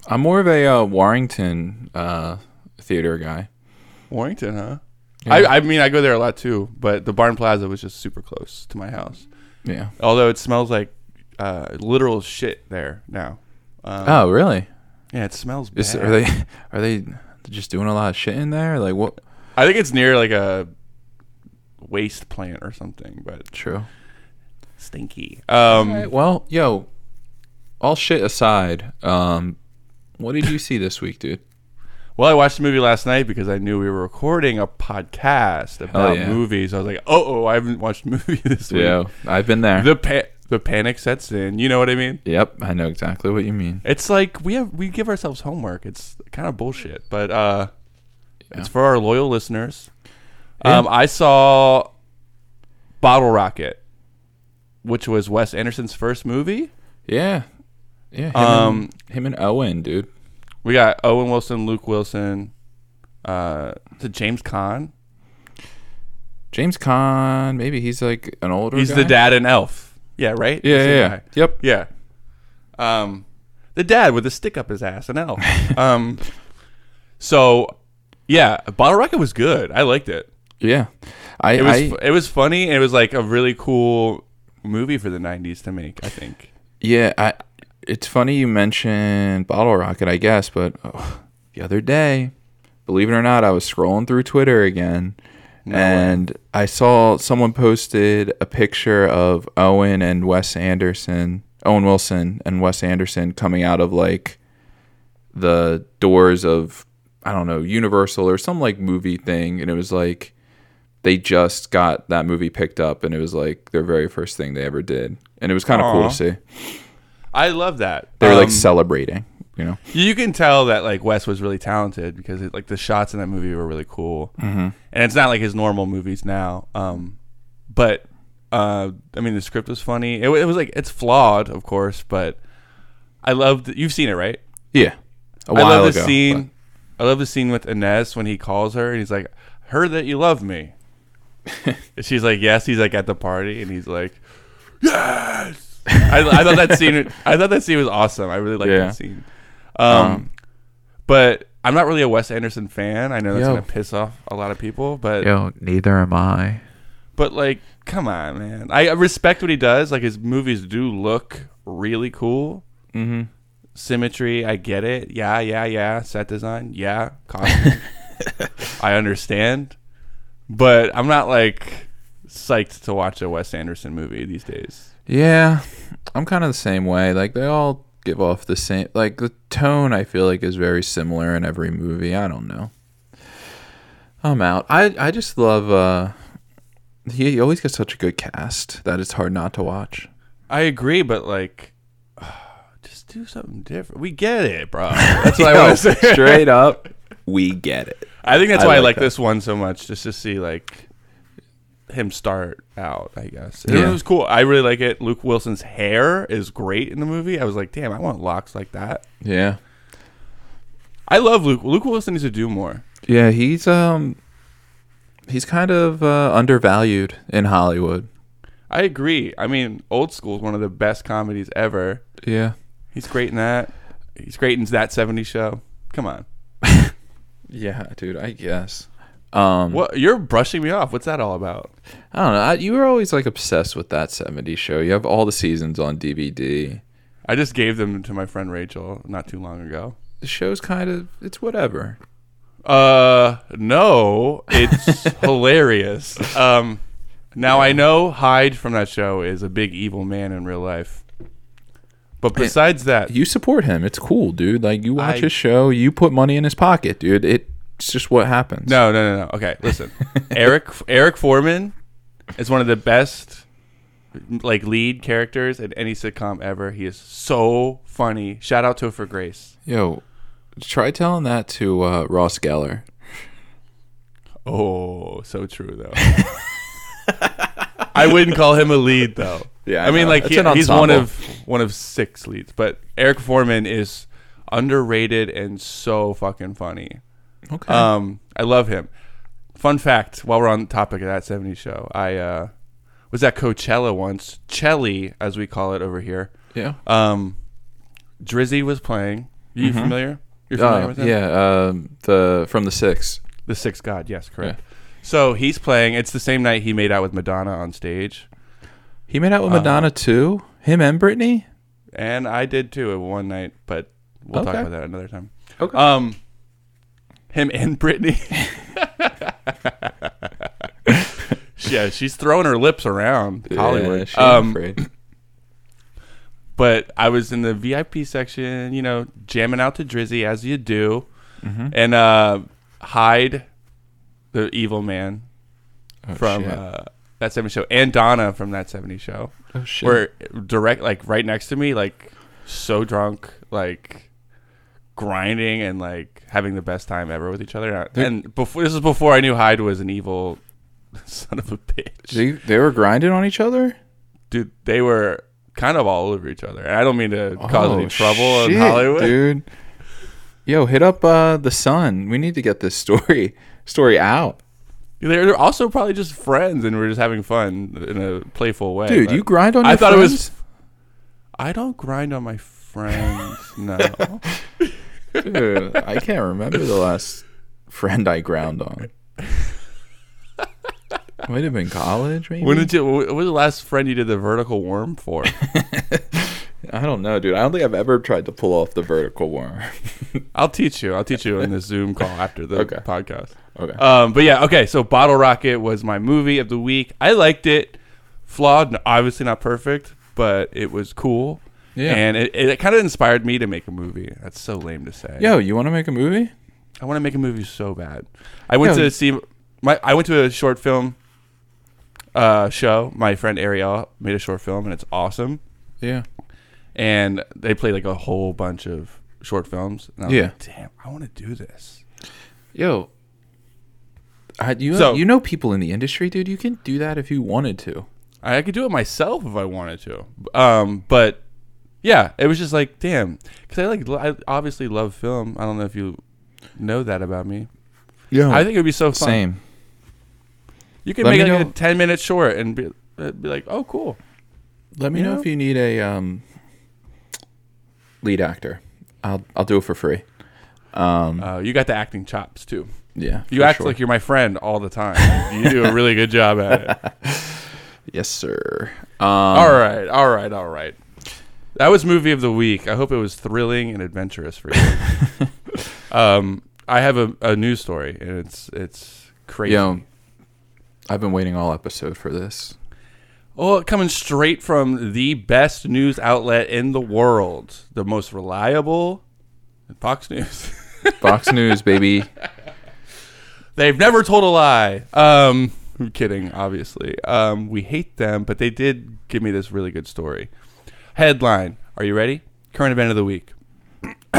Speaker 2: I'm more of a uh, Warrington uh theater guy.
Speaker 3: Warrington, huh? uh-huh. I, I mean, I go there a lot too, but the Barn Plaza was just super close to my house.
Speaker 2: Yeah.
Speaker 3: Although it smells like uh, literal shit there now. Um,
Speaker 2: Oh, really?
Speaker 3: Yeah, it smells bad.
Speaker 2: Is, are they are they just doing a lot of shit in there? Like what?
Speaker 3: I think it's near like a waste plant or something, but
Speaker 2: True.
Speaker 3: stinky. Um,
Speaker 2: All right, well, yo, all shit aside, um, what did you see this week, dude?
Speaker 3: Well, I watched the movie last night because I knew we were recording a podcast about
Speaker 2: yeah.
Speaker 3: movies. I was like, oh, oh, I haven't watched a movie this week.
Speaker 2: Yeah, I've been there.
Speaker 3: The pa- the panic sets in. You know what I mean?
Speaker 2: yep, I know exactly what you mean.
Speaker 3: It's like we have we give ourselves homework. It's kind of bullshit, but uh, it's for our loyal listeners. Um, I saw Bottle Rocket, which was Wes Anderson's first movie.
Speaker 2: Yeah, yeah. Him,
Speaker 3: Um,
Speaker 2: and, him and Owen, dude.
Speaker 3: We got Owen Wilson, Luke Wilson, uh, to James Caan.
Speaker 2: James Caan, maybe he's like an older.
Speaker 3: He's
Speaker 2: guy?
Speaker 3: the dad in Elf. Yeah, right.
Speaker 2: Yeah,
Speaker 3: He's
Speaker 2: yeah,
Speaker 3: the
Speaker 2: yeah.
Speaker 3: guy.
Speaker 2: Yep.
Speaker 3: Yeah. Um, the dad with a stick up his ass and elf. um, so yeah, Bottle Rocket was good. I liked it.
Speaker 2: Yeah, I.
Speaker 3: It was
Speaker 2: I-
Speaker 3: it was funny. and It was like a really cool movie for the '90s to make. I think.
Speaker 2: Yeah, I. It's funny you mentioned Bottle Rocket, I guess, but oh, the other day, believe it or not, I was scrolling through Twitter again, and I saw someone posted a picture of Owen and Wes Anderson, Owen Wilson and Wes Anderson coming out of like the doors of I don't know Universal or some like movie thing, and it was like they just got that movie picked up, and it was like their very first thing they ever did, and it was kind of cool
Speaker 3: Aw.
Speaker 2: to see.
Speaker 3: I love that.
Speaker 2: They were like
Speaker 3: Um,
Speaker 2: celebrating, you know.
Speaker 3: you can tell that like Wes was really talented because it, like the shots in that movie were really cool, mm-hmm. and it's not like his normal movies now. Um, but uh, I mean, the script was funny. It, wa- it was like it's flawed, of course, but I loved. You've seen it, right?
Speaker 2: Yeah, a
Speaker 3: I love the scene. I love the scene with Inez when he calls her and he's like, "Heard that you love me." And she's like, "Yes." He's like at the party and he's like, "Yes." I, I thought that scene. I thought that scene was awesome. I really liked
Speaker 2: Yeah.
Speaker 3: that scene. Um, but I'm not really a Wes Anderson fan. I know that's
Speaker 2: Yo.
Speaker 3: gonna piss off a lot of people, but
Speaker 2: but- Yo, neither am I.
Speaker 3: but like, come on, man. I respect what he does. Like his movies do look really cool.
Speaker 2: Mm-hmm.
Speaker 3: symmetry. I get it. Yeah, yeah, yeah. Set design. Yeah, costume. I understand, but I'm not like psyched to watch a Wes Anderson movie these days.
Speaker 2: Yeah, I'm kind of the same way. Like they all give off the same. Like the tone, I feel like is very similar in every movie. I don't know. I'm out. I I just love. uh He, he always gets such a good cast that it's hard not to watch.
Speaker 3: I agree, but like, just do something different. We get it, bro. That's what I want to say.
Speaker 2: Straight up, we get it.
Speaker 3: I think that's
Speaker 2: I
Speaker 3: why I
Speaker 2: like
Speaker 3: like
Speaker 2: that.
Speaker 3: this one so much, just to see like him start out. I guess it
Speaker 2: Yeah.
Speaker 3: was cool. I really like it. Luke Wilson's hair is great in the movie. I was like, damn, I want locks like that.
Speaker 2: Yeah.
Speaker 3: I love Luke. Luke Wilson needs to do more.
Speaker 2: Yeah, he's um he's kind of uh, undervalued in Hollywood.
Speaker 3: I agree. I mean, Old School is one of the best comedies ever.
Speaker 2: Yeah.
Speaker 3: He's great in that. He's great in that '70s show. Come on.
Speaker 2: Yeah, dude, I guess. Um
Speaker 3: What you're brushing me off? What's that all about?
Speaker 2: I don't know. I, you were always like obsessed with that 70s show. You have all the seasons on DVD.
Speaker 3: I just gave them to my friend Rachel not too long ago.
Speaker 2: The show's kind of it's whatever.
Speaker 3: Uh, no, it's hilarious. Um, now I know Hyde from that show is a big evil man in real life. But besides that,
Speaker 2: You support him. It's cool, dude. Like you watch
Speaker 3: I-
Speaker 2: his show, you put money in his pocket, dude. It, it's just what happens.
Speaker 3: No, no, no, no. Okay, listen. Eric Eric Foreman is one of the best like lead characters in any sitcom ever. He is so funny. Shout out to for Grace.
Speaker 2: Yo, try telling that to uh, Ross Geller.
Speaker 3: Oh, so true though. I wouldn't call him a lead though.
Speaker 2: Yeah, I
Speaker 3: I, mean
Speaker 2: know.
Speaker 3: like
Speaker 2: It's
Speaker 3: he,
Speaker 2: an
Speaker 3: he's one
Speaker 2: ensemble.
Speaker 3: of one of six leads, but Eric Foreman is underrated and so fucking funny.
Speaker 2: Okay.
Speaker 3: Um, I love him. Fun fact: While we're on the topic of that '70s show, I uh, was at Coachella once. Chelly, as we call it over here.
Speaker 2: yeah.
Speaker 3: Um, Drizzy was playing. You familiar? You're
Speaker 2: Mm-hmm.
Speaker 3: familiar
Speaker 2: Uh,
Speaker 3: with him?
Speaker 2: yeah, um the from the 6.
Speaker 3: The Sixth God. Yes, correct. So he's playing. It's the same night he made out with Madonna on stage, Uh-huh.
Speaker 2: He made out with Madonna too. Him and Britney.
Speaker 3: and I did too at one night. But we'll talk
Speaker 2: Okay.
Speaker 3: about that another time.
Speaker 2: Okay.
Speaker 3: Um, him and Brittany. yeah, she's throwing her lips around Hollywood. um, but I was in the VIP section, you know, jamming out to Drizzy as you do,
Speaker 2: Mm-hmm.
Speaker 3: and uh, Hyde, the evil man from
Speaker 2: Oh, shit.
Speaker 3: uh, that '70s show, and Donna from that '70s show
Speaker 2: oh shit.
Speaker 3: were direct, like right next to me, like so drunk, like grinding and like having the best time ever with each other. And before this is before I knew Hyde was an evil son of a bitch
Speaker 2: they, they were grinding on each other.
Speaker 3: dude, they were kind of all over each other. And I don't mean to cause
Speaker 2: Oh,
Speaker 3: any trouble
Speaker 2: shit,
Speaker 3: in Hollywood.
Speaker 2: dude. Yo, hit up uh, the Sun. We need to get this story story out,
Speaker 3: They're, they're also probably just friends, and we're just having fun in a playful way.
Speaker 2: dude.
Speaker 3: but
Speaker 2: You grind on.
Speaker 3: I
Speaker 2: your
Speaker 3: thought it was.
Speaker 2: friends?
Speaker 3: I don't grind on my friends. no.
Speaker 2: Dude, I can't remember the last friend I ground on. Might have been college, maybe.
Speaker 3: When did you? What was the last friend you did the vertical worm for?
Speaker 2: I don't know, dude. I don't think I've ever tried to pull off the vertical worm.
Speaker 3: I'll teach you. I'll teach you in this Zoom call after the
Speaker 2: Okay.
Speaker 3: podcast.
Speaker 2: okay.
Speaker 3: Um, but yeah, okay. So Bottle Rocket was my movie of the week. I liked it. Flawed, and obviously not perfect, but it was cool.
Speaker 2: Yeah.
Speaker 3: And it, it kind of inspired me to make a movie. That's so lame to say.
Speaker 2: Yo, you want to make a movie?
Speaker 3: I want to make a movie so bad. I went
Speaker 2: Yo.
Speaker 3: to see my. I went to a short film uh, show. My friend Ariel made a short film, and it's awesome.
Speaker 2: Yeah.
Speaker 3: And they played like a whole bunch of short films. And I was
Speaker 2: Yeah.
Speaker 3: Like, Damn, I want to do this.
Speaker 2: Yo. I, you,
Speaker 3: So-
Speaker 2: you know people in the industry, dude. You can do that if you wanted to.
Speaker 3: I could do it myself if I wanted to. Um, but yeah, it was just like, damn, because I like, I obviously love film. I don't know if you know that about me.
Speaker 2: Yeah.
Speaker 3: I think it would be so fun.
Speaker 2: Same.
Speaker 3: You could
Speaker 2: Let
Speaker 3: make
Speaker 2: me
Speaker 3: like a
Speaker 2: know-
Speaker 3: ten minute short and be, it'd be like, oh, cool.
Speaker 2: Let me
Speaker 3: You
Speaker 2: know
Speaker 3: know?
Speaker 2: if you need a um, lead actor. I'll I'll do it for free. Um,
Speaker 3: Uh, you got the acting chops too.
Speaker 2: yeah.
Speaker 3: You
Speaker 2: for
Speaker 3: act
Speaker 2: sure.
Speaker 3: like you're my friend all the time. you do a really good job at it.
Speaker 2: yes, sir. Um,
Speaker 3: all right, all right, all right. That was movie of the week. I hope it was thrilling and adventurous for you. um, I have a, a news story, and it's it's crazy.
Speaker 2: Yo, I've been waiting all episode for this.
Speaker 3: Well, Oh, coming straight from the best news outlet in the world, the most reliable, Fox News.
Speaker 2: Fox News, baby.
Speaker 3: They've never told a lie. Um, I'm kidding, obviously. Um, we hate them, but they did give me this really good story. Headline Are you ready? Current event of the week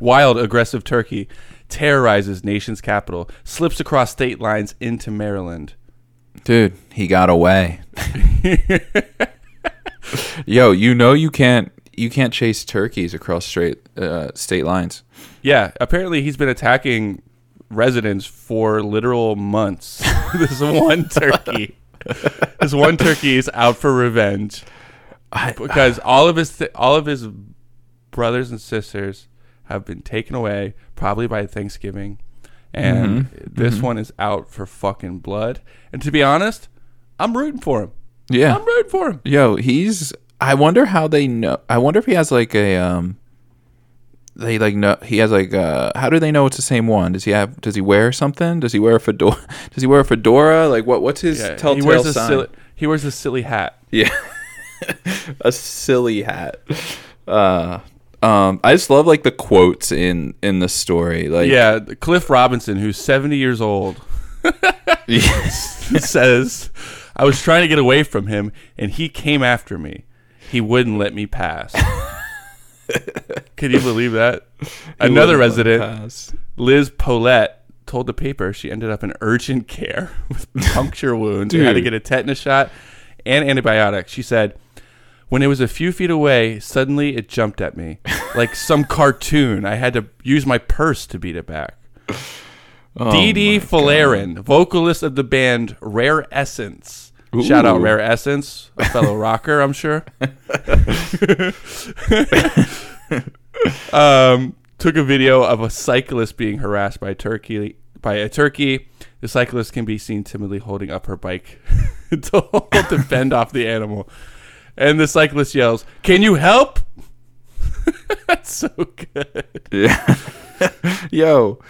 Speaker 3: Wild, aggressive turkey terrorizes nation's capital, slips across state lines into Maryland.
Speaker 2: Dude, he got away. Yo, you know you can't you can't chase turkeys across straight uh, state lines.
Speaker 3: Yeah, apparently he's been attacking residents for literal months. this one turkey. this one turkey is out for revenge.
Speaker 2: I-
Speaker 3: because all of his th- all of his brothers and sisters have been taken away probably by Thanksgiving. And
Speaker 2: Mm-hmm.
Speaker 3: this one is out for fucking blood. And to be honest, I'm rooting for him.
Speaker 2: Yeah.
Speaker 3: I'm rooting for him.
Speaker 2: Yo, he's. I wonder how they know. I wonder if he has like a um. They like know he has like uh. How do they know it's the same one? Does he have? Does he wear something? Does he wear a fedora? Does he wear a fedora? Like what? What's his
Speaker 3: Yeah,
Speaker 2: telltale
Speaker 3: he wears a
Speaker 2: sign?
Speaker 3: silly he wears a silly hat.
Speaker 2: yeah, a silly hat. Uh, um, I just love like the quotes in in the story. Like
Speaker 3: Yeah, Cliff Robinson, who's 70 years old, says, I was trying to get away from him, and he came after me. He wouldn't let me pass. Can you believe that? Another resident,
Speaker 2: Pass.
Speaker 3: Liz Paulette, told the paper she ended up in urgent care with puncture wounds and had to
Speaker 2: Dude.
Speaker 3: get a tetanus shot and antibiotics. She said, when it was a few feet away, suddenly it jumped at me like some cartoon. I had to use my purse to beat it back.
Speaker 2: Oh
Speaker 3: Dee Dee Falarin, vocalist of the band Rare Essence. Shout out
Speaker 2: Ooh.
Speaker 3: Rare Essence, a fellow rocker, I'm sure. um, took a video of a cyclist being harassed by a turkey. By a turkey, the cyclist can be seen timidly holding up her bike to, hold- to fend off the animal, and the cyclist yells, "Can you help?" That's so good.
Speaker 2: Yeah. Yo,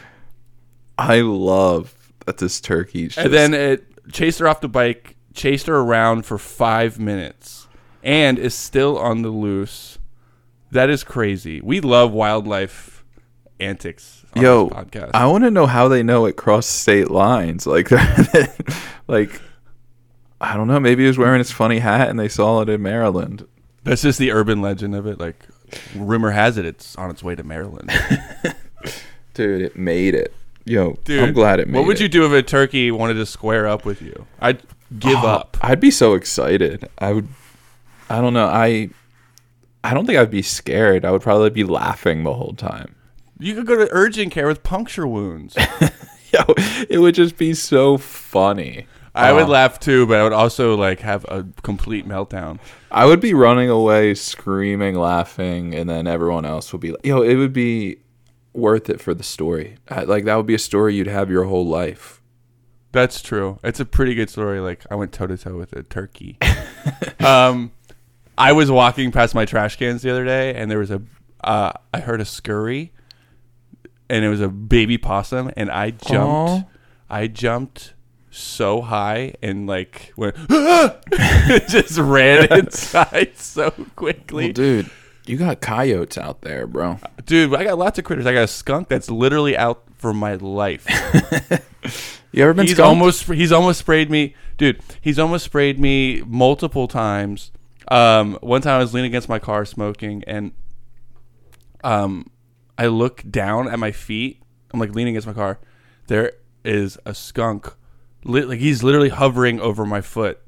Speaker 2: I love that this turkey.
Speaker 3: And then it chased her off the bike, chased her around for five minutes, and is still on the loose. That is crazy. We love wildlife antics. On
Speaker 2: yo,
Speaker 3: this podcast.
Speaker 2: I want to know how they know it crossed state lines. Like, like, I don't know. Maybe he was wearing his funny hat and they saw it in Maryland.
Speaker 3: That's just the urban legend of it. Like, rumor has it, it's on its way to Maryland.
Speaker 2: Dude, it made it. Yo, I'm glad it made
Speaker 3: What would
Speaker 2: it.
Speaker 3: you do if a turkey wanted to square up with you? I'd give
Speaker 2: Oh,
Speaker 3: up.
Speaker 2: I'd be so excited. I would. I don't know. I. I don't think I'd be scared. I would probably be laughing the whole time.
Speaker 3: You could go to urgent care with puncture wounds.
Speaker 2: Yo, it would just be so funny.
Speaker 3: I
Speaker 2: Uh,
Speaker 3: would laugh too, but I would also like have a complete meltdown.
Speaker 2: I would be running away, screaming, laughing, and then everyone else would be like, "Yo, it would be worth it for the story. I- Like that would be a story you'd have your whole life."
Speaker 3: That's true. It's a pretty good story. Like I went toe to toe with a turkey. um, I was walking past my trash cans the other day, and there was a. Uh, I heard a scurry, and it was a baby possum, and I jumped.
Speaker 2: Aw.
Speaker 3: I jumped so high and like went "Ah!" just ran inside so quickly.
Speaker 2: Well, dude, you got coyotes out there, bro.
Speaker 3: Dude, I got lots of critters. I got a skunk that's literally out for my life.
Speaker 2: You ever been?
Speaker 3: he's
Speaker 2: skunked?
Speaker 3: almost he's almost sprayed me, dude. He's almost sprayed me multiple times. Um, one time I was leaning against my car smoking, and um, I look down at my feet. I'm like leaning against my car. There is a skunk, li- like he's literally hovering over my foot,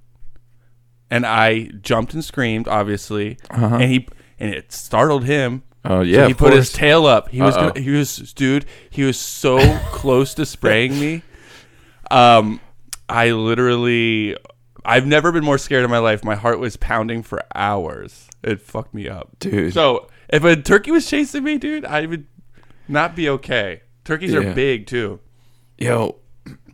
Speaker 3: and I jumped and screamed, obviously, and he and it startled him.
Speaker 2: Uh-huh. Oh
Speaker 3: So
Speaker 2: yeah,
Speaker 3: he
Speaker 2: of
Speaker 3: put
Speaker 2: course.
Speaker 3: his tail up. He was
Speaker 2: Uh-oh.
Speaker 3: gonna, he was dude. He was so close to spraying me. Um, I literally, I've never been more scared in my life. My heart was pounding for hours. It fucked me up,
Speaker 2: Dude.
Speaker 3: So if a turkey was chasing me, dude, I would not be okay. Turkeys
Speaker 2: Yeah.
Speaker 3: are big too.
Speaker 2: Yo,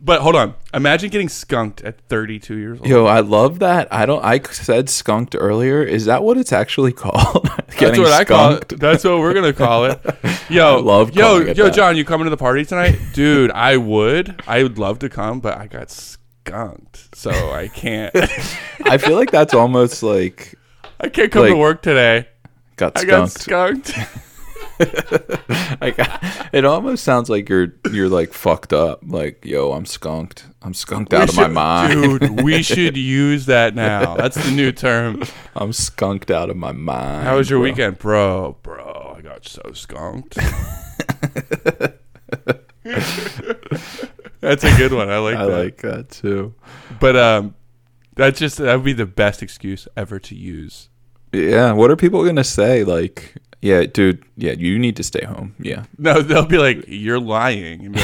Speaker 3: But hold on, imagine getting skunked at 32 years old.
Speaker 2: Yo, I love that. I don't. I said skunked earlier. Is that what it's actually called?
Speaker 3: That's what I call it. That's what we're gonna call it. Yo,
Speaker 2: I love
Speaker 3: yo,
Speaker 2: calling it
Speaker 3: yo,
Speaker 2: that.
Speaker 3: John, you coming to the party tonight, dude? I would, I would love to come, but I got skunked, so I can't.
Speaker 2: I feel like that's almost like
Speaker 3: I can't come
Speaker 2: Like,
Speaker 3: to work today.
Speaker 2: got
Speaker 3: I got
Speaker 2: skunked.
Speaker 3: skunked.
Speaker 2: I got- it almost sounds like you're you're like fucked up. Like, yo, I'm skunked. I'm skunked out of my mind.
Speaker 3: dude. We should use that now. That's the new term.
Speaker 2: I'm skunked out of my mind.
Speaker 3: How was your
Speaker 2: bro.
Speaker 3: weekend, bro? Bro, I got so skunked. That's a good one. I like
Speaker 2: I
Speaker 3: that.
Speaker 2: like that too.
Speaker 3: But um, that's just that would be the best excuse ever to use.
Speaker 2: Yeah. What are people gonna say? Like, yeah, dude. Yeah, you need to stay home. Yeah.
Speaker 3: No, they'll be like, "You're lying," and be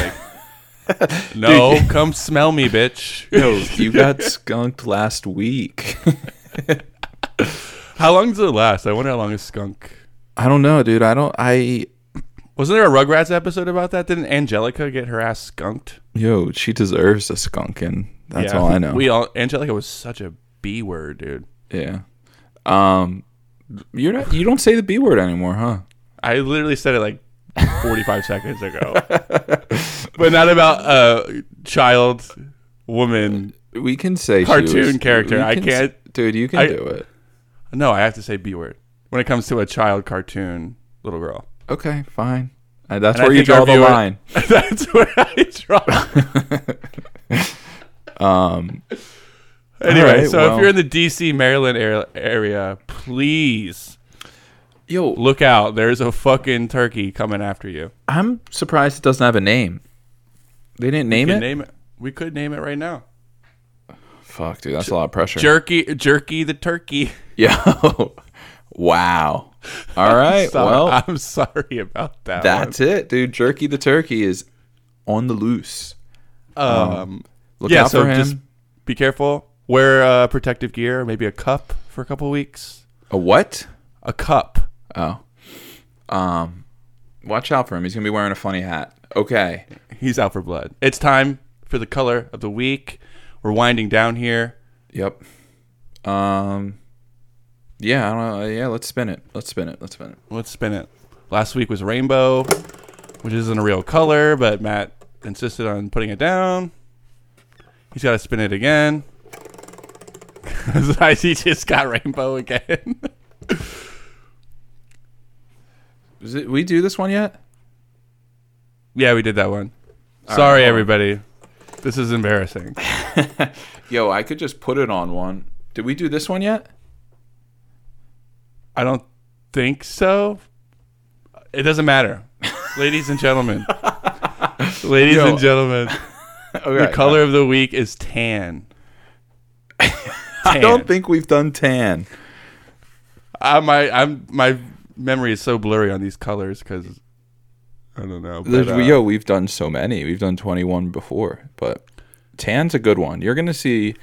Speaker 3: like, "No, come smell me, bitch."
Speaker 2: Yo, you got skunked last week.
Speaker 3: How long does it last? I wonder how long a skunk.
Speaker 2: I don't know, dude. I don't. I
Speaker 3: Wasn't there a Rugrats episode about that? Didn't Angelica get her ass skunked?
Speaker 2: Yo, she deserves a skunking. That's
Speaker 3: Yeah.
Speaker 2: all I know.
Speaker 3: We all Angelica was such a b word, dude.
Speaker 2: yeah. Um, you're not. You don't say the b word anymore, huh?
Speaker 3: I literally said it like 45 seconds ago, but not about a child, woman.
Speaker 2: We can say she
Speaker 3: Cartoon
Speaker 2: was-
Speaker 3: character.
Speaker 2: we
Speaker 3: I
Speaker 2: s-
Speaker 3: can't-
Speaker 2: dude. You can
Speaker 3: I-
Speaker 2: do it.
Speaker 3: No, I have to say b word when it comes to a child cartoon little girl.
Speaker 2: Okay, fine. Uh, that's
Speaker 3: And I
Speaker 2: where you
Speaker 3: think
Speaker 2: draw
Speaker 3: our
Speaker 2: the
Speaker 3: viewer-
Speaker 2: line.
Speaker 3: That's where I draw.
Speaker 2: Um,
Speaker 3: Anyway,
Speaker 2: right,
Speaker 3: so
Speaker 2: well-
Speaker 3: if you're in the DC, Maryland ar- area, please
Speaker 2: yo,
Speaker 3: look out. There's a fucking turkey coming after you.
Speaker 2: I'm surprised it doesn't have a name. They didn't name
Speaker 3: Can
Speaker 2: it.
Speaker 3: name it. We could name it right now.
Speaker 2: Fuck, dude, that's a lot of pressure.
Speaker 3: Jerky, jerky the turkey.
Speaker 2: Yo, wow. All right,
Speaker 3: Sorry-
Speaker 2: well,
Speaker 3: I'm sorry about that.
Speaker 2: that's it, dude. Jerky the turkey is on the loose.
Speaker 3: one. um.
Speaker 2: Look
Speaker 3: yeah.
Speaker 2: out
Speaker 3: So
Speaker 2: for him.
Speaker 3: just be careful. Wear uh, protective gear. Maybe a cup for a couple weeks.
Speaker 2: a what?
Speaker 3: A cup.
Speaker 2: Oh. Um watch out for him. He's going to be wearing a funny hat. Okay.
Speaker 3: He's out for blood. It's time for the color of the week. We're winding down here.
Speaker 2: Yep. Um Yeah, I don't know. Yeah, let's spin it. Let's spin it. Let's spin it.
Speaker 3: Let's spin it. Last week was rainbow, which isn't a real color, but Matt insisted on putting it down. He's got to spin it again. 'Cause I- he just got rainbow again.
Speaker 2: Is it we do this one yet?
Speaker 3: yeah, we did that one.
Speaker 2: right,
Speaker 3: Sorry,
Speaker 2: hold on.
Speaker 3: everybody. This is embarrassing.
Speaker 2: Yo, I could just put it on one. Did we do this one yet?
Speaker 3: I don't think so. It doesn't matter. Ladies and gentlemen. Ladies
Speaker 2: Yo.
Speaker 3: and gentlemen.
Speaker 2: Okay.
Speaker 3: The color of the week is tan.
Speaker 2: I don't think we've done tan.
Speaker 3: I, my I'm my memory is so blurry on these colors because I don't know.
Speaker 2: There's-
Speaker 3: but, uh,
Speaker 2: Yo, we've done so many. We've done 21 before, but tan's a good one. You're gonna see.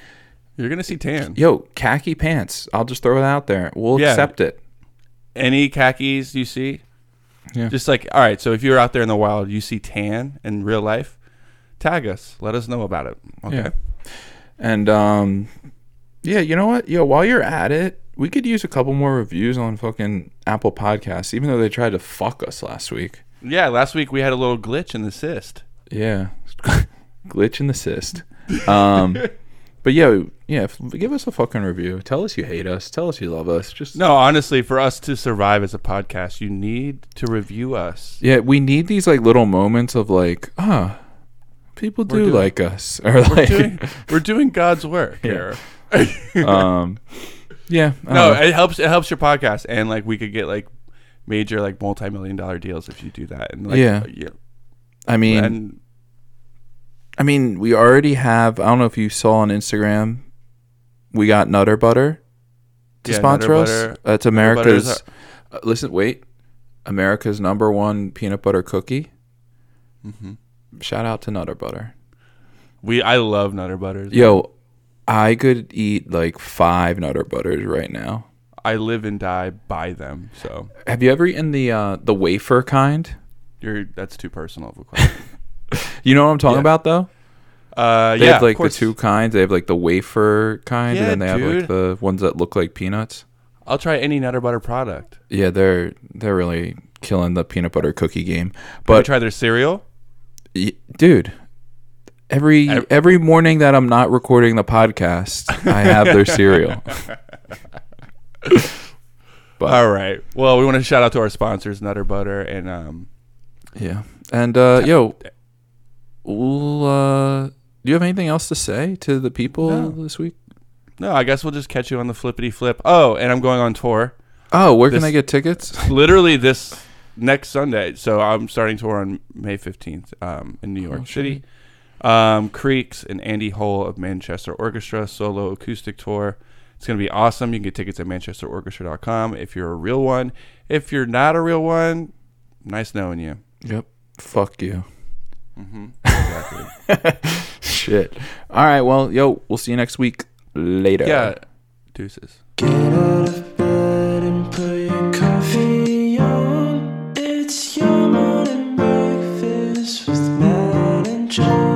Speaker 3: you're gonna see tan.
Speaker 2: Yo, khaki pants. I'll just throw it out there. We'll
Speaker 3: Yeah.
Speaker 2: accept it.
Speaker 3: Any khakis you see,
Speaker 2: Yeah.
Speaker 3: just like all right. So if you're out there in the wild, you see tan in real life, tag us. Let us know about it. Okay.
Speaker 2: Yeah. And um, yeah, you know what? Yo, while you're at it, we could use a couple more reviews on fucking Apple Podcasts, even though they tried to fuck us last week.
Speaker 3: Yeah, Last week we had a little glitch in the cyst.
Speaker 2: Yeah, glitch in the cyst. Um, but yeah, yeah, f- give us a fucking review. Tell us you hate us. Tell us you love us. Just
Speaker 3: No, honestly, for us to survive as a podcast, you need to review us.
Speaker 2: yeah, we need these like little moments of like ah. People do
Speaker 3: doing-
Speaker 2: like us, or like,
Speaker 3: Doing- we're doing God's work here.
Speaker 2: um, yeah. I don't
Speaker 3: No,
Speaker 2: know.
Speaker 3: it helps. It helps your podcast, and like we could get like major like multi million dollar deals if you do that. And like,
Speaker 2: Yeah.
Speaker 3: yeah,
Speaker 2: I mean,
Speaker 3: and
Speaker 2: I mean, we already have. I don't know if you saw on Instagram, we got Nutter Butter to
Speaker 3: Yeah,
Speaker 2: sponsor
Speaker 3: Nutter
Speaker 2: us.
Speaker 3: Butter-
Speaker 2: That's
Speaker 3: Nutter Butter is
Speaker 2: America's. uh, listen, wait, America's number one peanut butter cookie.
Speaker 3: Mm-hmm.
Speaker 2: Shout out to Nutter Butter.
Speaker 3: we I love Nutter Butters.
Speaker 2: Yo, I could eat like five Nutter Butters right now.
Speaker 3: I live and die by them. So
Speaker 2: Have you ever eaten the uh, the wafer kind?
Speaker 3: you're that's too personal of a question.
Speaker 2: You know what I'm talking
Speaker 3: Yeah.
Speaker 2: about though.
Speaker 3: Uh,
Speaker 2: They
Speaker 3: yeah,
Speaker 2: have
Speaker 3: of
Speaker 2: like the
Speaker 3: course.
Speaker 2: two kinds. They have like the wafer kind,
Speaker 3: Yeah,
Speaker 2: and then they have like
Speaker 3: dude.
Speaker 2: the ones that look like peanuts.
Speaker 3: I'll try any Nutter Butter product.
Speaker 2: Yeah, they're they're really killing the peanut butter cookie game.
Speaker 3: But I
Speaker 2: But
Speaker 3: try their cereal.
Speaker 2: y- dude, every
Speaker 3: Ev-
Speaker 2: every morning that I'm not recording the podcast, I have their cereal. but
Speaker 3: All right. Well, we want to shout out to our sponsors, Nutter Butter, and um,
Speaker 2: yeah, and uh, yo, we'll, uh, do you have anything else to say to the people
Speaker 3: No.
Speaker 2: this week?
Speaker 3: no, I guess we'll just catch you on the flippity flip. Oh, and I'm going on tour.
Speaker 2: Oh, where can
Speaker 3: This-
Speaker 2: I get tickets?
Speaker 3: literally this next Sunday. So I'm starting tour on May 15th um, in New York City. Um, Creeks and Andy Hole of Manchester Orchestra solo acoustic tour. It's going to be awesome. You can get tickets at manchesterorchestra.com if you're a real one. If you're not a real one, nice knowing you.
Speaker 2: Yep. Fuck you.
Speaker 3: Exactly.
Speaker 2: Shit. All right. Well, yo, we'll see you next week. Later.
Speaker 3: yeah. Deuces.
Speaker 1: Get out of bed and put your coffee on. It's your morning breakfast with Matt and John.